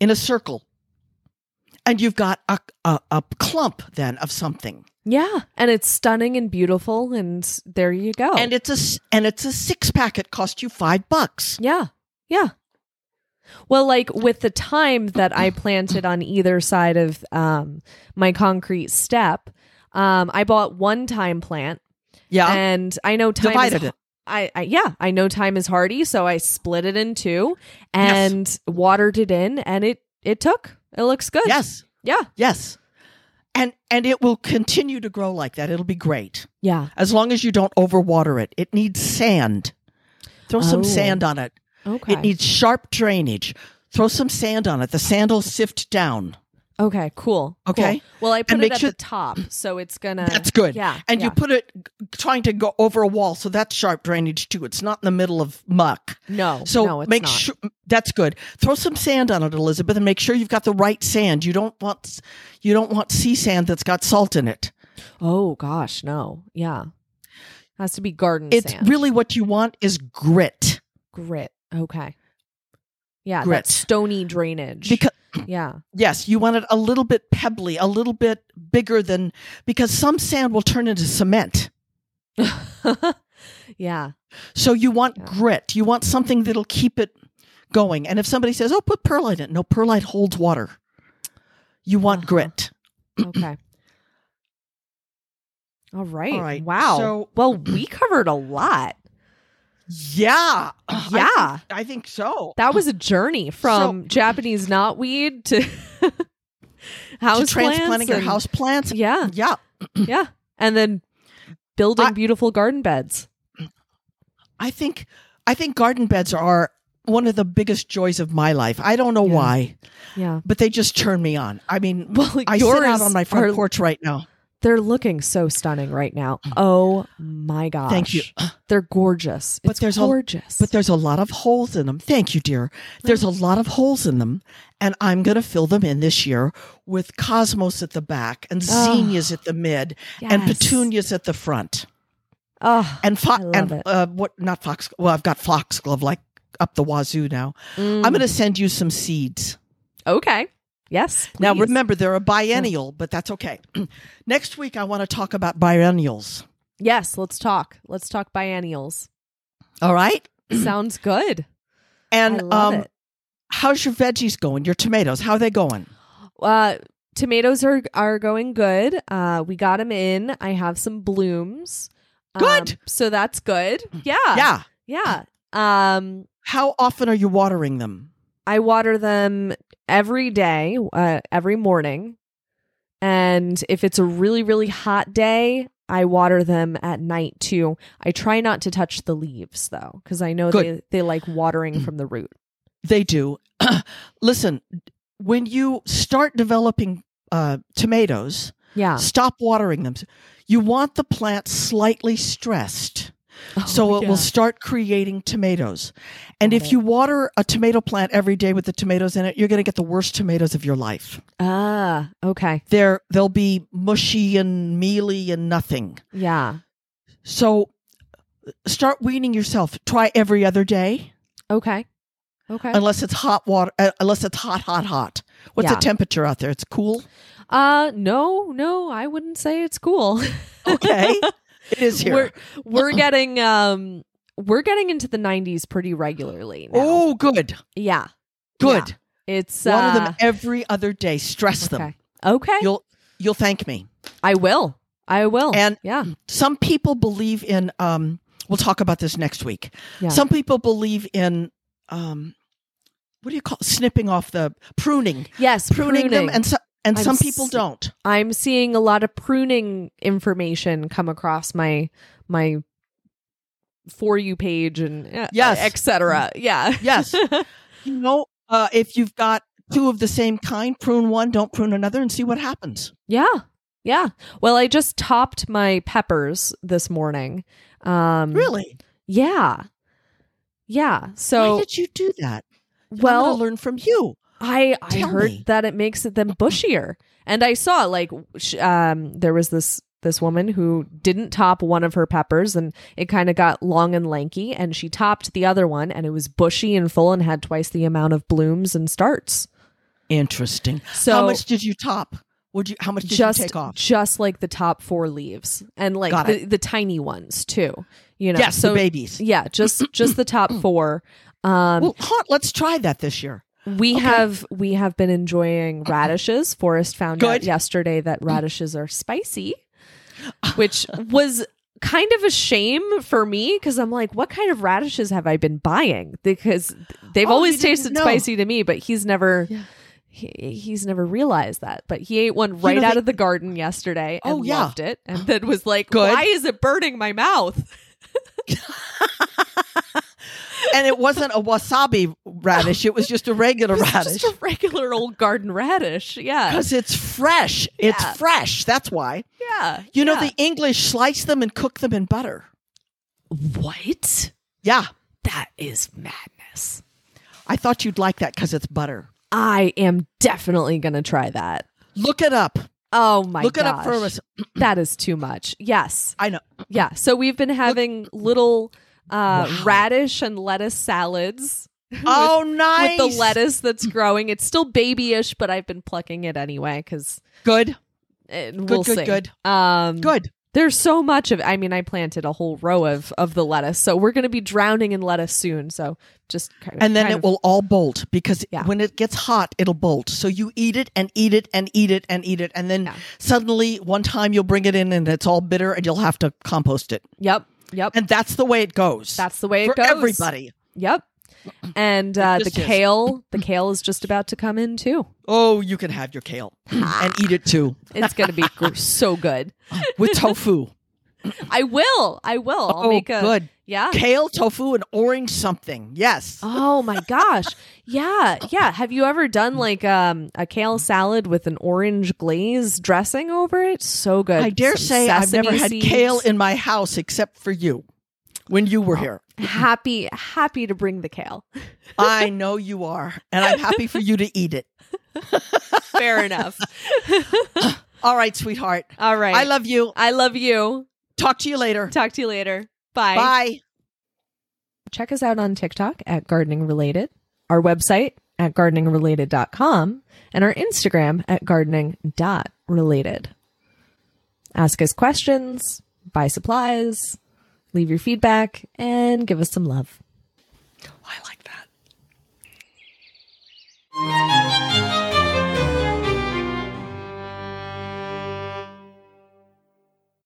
Speaker 1: in a circle. And you've got a, a, a clump then of something.
Speaker 2: yeah, and it's stunning and beautiful, and there you go.
Speaker 1: And it's a s- and it's a six pack. It cost you five bucks.
Speaker 2: yeah, yeah. Well, like with the time that I planted on either side of um, my concrete step, um, I bought one time plant,
Speaker 1: Yeah.
Speaker 2: and I know time
Speaker 1: Divided
Speaker 2: is,
Speaker 1: it.
Speaker 2: I, I yeah, I know time is hardy, so I split it in two and watered it in, and it it took. It looks good.
Speaker 1: yes.
Speaker 2: Yeah.
Speaker 1: Yes. And and it will continue to grow like that. It'll be great.
Speaker 2: Yeah.
Speaker 1: As long as you don't overwater it. It needs sand. Throw
Speaker 2: Oh.
Speaker 1: some sand on it.
Speaker 2: Okay.
Speaker 1: It needs sharp drainage. Throw some sand on it. The sand will sift down.
Speaker 2: Okay, cool. cool.
Speaker 1: Okay?
Speaker 2: Well, I put
Speaker 1: And
Speaker 2: it
Speaker 1: make
Speaker 2: at
Speaker 1: sure-
Speaker 2: the top, so it's gonna.
Speaker 1: That's good.
Speaker 2: Yeah.
Speaker 1: And you
Speaker 2: yeah.
Speaker 1: put it trying to go over a wall, so that's sharp drainage too. It's not in the middle of muck.
Speaker 2: no.
Speaker 1: So
Speaker 2: no, it's
Speaker 1: make
Speaker 2: not.
Speaker 1: sure that's good. Throw some sand on it, Elizabeth, and make sure you've got the right sand. You don't want you don't want sea sand that's got salt in it.
Speaker 2: Oh gosh, no. Yeah. Has to be garden
Speaker 1: It's
Speaker 2: sand.
Speaker 1: really what you want is grit.
Speaker 2: grit. Okay. Yeah,
Speaker 1: Grit.
Speaker 2: that stony drainage.
Speaker 1: Because
Speaker 2: yeah. [LAUGHS]
Speaker 1: yes, you want it a little bit pebbly, a little bit bigger than because some sand will turn into cement.
Speaker 2: yeah.
Speaker 1: So you want
Speaker 2: Yeah.
Speaker 1: grit. You want something that'll keep it going. And if somebody says, "Oh, put perlite in," it," no, perlite holds water. You want
Speaker 2: Uh-huh.
Speaker 1: grit. [CLEARS THROAT]
Speaker 2: Okay. All right.
Speaker 1: right,
Speaker 2: Wow.
Speaker 1: so-
Speaker 2: well, we covered a lot.
Speaker 1: Yeah. I
Speaker 2: Yeah.
Speaker 1: think- I think so.
Speaker 2: That was a journey from Japanese knotweed to [LAUGHS] house
Speaker 1: to transplanting your
Speaker 2: and,
Speaker 1: house plants.
Speaker 2: Yeah,
Speaker 1: Yeah.
Speaker 2: yeah, and then building
Speaker 1: I-
Speaker 2: beautiful garden beds.
Speaker 1: I think I think garden beds are one of the biggest joys of my life. I don't know
Speaker 2: Yeah.
Speaker 1: why,
Speaker 2: Yeah.
Speaker 1: but they just turn me on. I mean,
Speaker 2: Well,
Speaker 1: I
Speaker 2: yours
Speaker 1: sit out on my front
Speaker 2: are-
Speaker 1: porch right now.
Speaker 2: They're looking so stunning right now. Oh my gosh!
Speaker 1: Thank you.
Speaker 2: They're gorgeous.
Speaker 1: But
Speaker 2: it's
Speaker 1: there's a-
Speaker 2: gorgeous.
Speaker 1: But there's a lot of holes in them. Thank you, dear. There's a lot of holes in them, and I'm going to fill them in this year with cosmos at the back and
Speaker 2: Oh.
Speaker 1: zinnias at the mid and
Speaker 2: Yes.
Speaker 1: petunias at the front.
Speaker 2: Oh,
Speaker 1: And
Speaker 2: I
Speaker 1: fo-
Speaker 2: love
Speaker 1: and
Speaker 2: it.
Speaker 1: uh, what not fox well, I've got foxglove like up the wazoo now.
Speaker 2: Mm.
Speaker 1: I'm going to send you some seeds.
Speaker 2: okay. Yes.
Speaker 1: Now
Speaker 2: please.
Speaker 1: remember they're a biennial, but that's okay. [CLEARS THROAT] Next week I want to talk about biennials.
Speaker 2: Yes. Let's talk. Let's
Speaker 1: [CLEARS THROAT]
Speaker 2: talk biennials.
Speaker 1: All right?
Speaker 2: Sounds good.
Speaker 1: And
Speaker 2: I love
Speaker 1: um
Speaker 2: it.
Speaker 1: how's your veggies going? Your tomatoes, how are they going?
Speaker 2: Uh, tomatoes are are going good. Uh, we got them in. I have some blooms. Um,
Speaker 1: Good. Mm.
Speaker 2: so that's good. Yeah.
Speaker 1: yeah.
Speaker 2: Yeah. Um,
Speaker 1: How often are you watering them?
Speaker 2: I water them every day, uh, every morning, and if it's a really really hot day. I water them at night too. I try not to touch the leaves though, because I know
Speaker 1: Good.
Speaker 2: they, they like watering from the root.
Speaker 1: They do. [CLEARS THROAT] Listen, when you start developing uh, tomatoes,
Speaker 2: Yeah.
Speaker 1: stop watering them. You want the plant slightly stressed. so it will start creating tomatoes. And
Speaker 2: Oh, Got
Speaker 1: if
Speaker 2: it.
Speaker 1: you water a tomato plant every day with the tomatoes in it, you're going to get the worst tomatoes of your life.
Speaker 2: Ah, okay.
Speaker 1: They're they'll be mushy and mealy and nothing.
Speaker 2: Yeah.
Speaker 1: So start weaning yourself. Try every other day
Speaker 2: Okay. Okay.
Speaker 1: unless it's hot water uh, unless it's hot hot hot. What's
Speaker 2: Yeah.
Speaker 1: the temperature out there? It's cool.
Speaker 2: Uh no, no, I wouldn't say it's cool. [LAUGHS]
Speaker 1: Okay. it is here.
Speaker 2: we're we're getting um we're getting into the 90s pretty regularly now.
Speaker 1: oh, good.
Speaker 2: Yeah.
Speaker 1: Good.
Speaker 2: It's
Speaker 1: Water
Speaker 2: uh
Speaker 1: them every other day. Stress them.
Speaker 2: okay. Okay.
Speaker 1: You'll you'll thank me.
Speaker 2: I will. I will.
Speaker 1: And-
Speaker 2: yeah.
Speaker 1: some people believe in um we'll talk about this next week
Speaker 2: Yeah.
Speaker 1: some people believe in um what do you call snipping off the pruning
Speaker 2: Yes,
Speaker 1: pruning,
Speaker 2: pruning.
Speaker 1: them and so, and
Speaker 2: I'm
Speaker 1: some people
Speaker 2: s-
Speaker 1: don't
Speaker 2: I'm seeing a lot of pruning information come across my my for you page and uh,
Speaker 1: Yes.
Speaker 2: et cetera. Yeah.
Speaker 1: yes you know uh if you've got two of the same kind prune one don't prune another and see what happens
Speaker 2: [LAUGHS] Yeah. Yeah. Well, I just topped my peppers this morning. Um
Speaker 1: really
Speaker 2: Yeah. Yeah. So
Speaker 1: why did you do that i
Speaker 2: well,
Speaker 1: learn from you
Speaker 2: I I
Speaker 1: Tell
Speaker 2: heard
Speaker 1: me.
Speaker 2: that it makes them bushier. And I saw like sh- um there was this this woman who didn't top one of her peppers and it kind of got long and lanky and she topped the other one and it was bushy and full and had twice the amount of blooms and starts.
Speaker 1: interesting
Speaker 2: So
Speaker 1: how much did you top would you how much did
Speaker 2: just
Speaker 1: you take off
Speaker 2: just like the top four leaves and like
Speaker 1: Got
Speaker 2: the, the tiny ones too, you know.
Speaker 1: yes
Speaker 2: so
Speaker 1: the babies
Speaker 2: yeah, just just
Speaker 1: [CLEARS THROAT]
Speaker 2: the top four. Um
Speaker 1: well hot let's try that this year
Speaker 2: We have we have been enjoying radishes. Forrest found out
Speaker 1: Good. Mm.
Speaker 2: yesterday that radishes
Speaker 1: [LAUGHS]
Speaker 2: are spicy, which was kind of a shame for me because I'm like, what kind of radishes have I been buying? Because they've
Speaker 1: Oh, you
Speaker 2: always
Speaker 1: didn't
Speaker 2: tasted
Speaker 1: know.
Speaker 2: spicy to me, but he's never.
Speaker 1: Yeah.
Speaker 2: He, he's never realized that, but he ate one right
Speaker 1: know,
Speaker 2: out
Speaker 1: they-
Speaker 2: of the garden yesterday and
Speaker 1: Oh, yeah.
Speaker 2: loved it,
Speaker 1: [GASPS]
Speaker 2: and then was like,
Speaker 1: Good.
Speaker 2: "Why is it burning my mouth?" [LAUGHS]
Speaker 1: and it wasn't a wasabi radish; it was just a
Speaker 2: [LAUGHS]
Speaker 1: regular
Speaker 2: It's
Speaker 1: radish
Speaker 2: just a regular old garden radish. Yeah,
Speaker 1: because it's fresh. It's
Speaker 2: Yeah.
Speaker 1: fresh. That's why.
Speaker 2: yeah.
Speaker 1: You know,
Speaker 2: yeah.
Speaker 1: the English slice them and cook them in butter.
Speaker 2: what?
Speaker 1: Yeah,
Speaker 2: That is madness.
Speaker 1: I thought you'd like that because it's butter.
Speaker 2: I am definitely going to try that.
Speaker 1: Look it up.
Speaker 2: Oh my
Speaker 1: Look it
Speaker 2: gosh.
Speaker 1: up for us.
Speaker 2: That is too much. Yes.
Speaker 1: I know.
Speaker 2: [LAUGHS] Yeah. So we've been having little uh,
Speaker 1: Wow.
Speaker 2: radish and lettuce salads
Speaker 1: oh, nice.
Speaker 2: with the lettuce that's growing. It's still babyish, but I've been plucking it anyway because
Speaker 1: Good,
Speaker 2: we'll
Speaker 1: good,
Speaker 2: see.
Speaker 1: good.
Speaker 2: Um,
Speaker 1: good.
Speaker 2: There's so much of. I mean, I planted a whole row of of the lettuce, so we're going to be drowning in lettuce soon. So just kind of,
Speaker 1: And then
Speaker 2: kind
Speaker 1: it
Speaker 2: of-
Speaker 1: will all bolt because
Speaker 2: Yeah.
Speaker 1: when it gets hot, it'll bolt. So you eat it and eat it and eat it and eat it. And then
Speaker 2: Yeah.
Speaker 1: suddenly, one time you'll bring it in and it's all bitter and you'll have to compost it.
Speaker 2: Yep. Yep.
Speaker 1: And that's the way it goes.
Speaker 2: That's the way it
Speaker 1: for
Speaker 2: goes.
Speaker 1: everybody.
Speaker 2: Yep. And uh, the
Speaker 1: just is.
Speaker 2: kale, the kale is just about to come in too.
Speaker 1: Oh, you can have your kale
Speaker 2: [LAUGHS]
Speaker 1: and eat it too
Speaker 2: It's going to be
Speaker 1: [LAUGHS]
Speaker 2: gr- so good.
Speaker 1: with
Speaker 2: [LAUGHS]
Speaker 1: tofu.
Speaker 2: I will. I will. I'll
Speaker 1: oh,
Speaker 2: make a
Speaker 1: good
Speaker 2: yeah.
Speaker 1: kale, tofu, and orange something. Yes.
Speaker 2: Oh my gosh. Yeah. Yeah. Have you ever done like um, a kale salad with an orange glaze dressing over it? So good.
Speaker 1: I dare
Speaker 2: Some
Speaker 1: say I've never
Speaker 2: sesame
Speaker 1: had
Speaker 2: seeds.
Speaker 1: kale in my house except for you when you
Speaker 2: Oh.
Speaker 1: were here.
Speaker 2: happy happy to bring
Speaker 1: [LAUGHS]
Speaker 2: the kale.
Speaker 1: I know you are, and I'm happy for you to eat it.
Speaker 2: Fair enough.
Speaker 1: All right, sweetheart.
Speaker 2: [LAUGHS] All right.
Speaker 1: I love you.
Speaker 2: I love you.
Speaker 1: Talk to you later.
Speaker 2: Talk to you later. Bye.
Speaker 1: Bye.
Speaker 2: Check us out on TikTok at Gardening Related, our website at gardeningrelated.com, and our Instagram at gardening.related. Ask us questions, buy supplies, leave your feedback, and give us some love.
Speaker 1: Oh,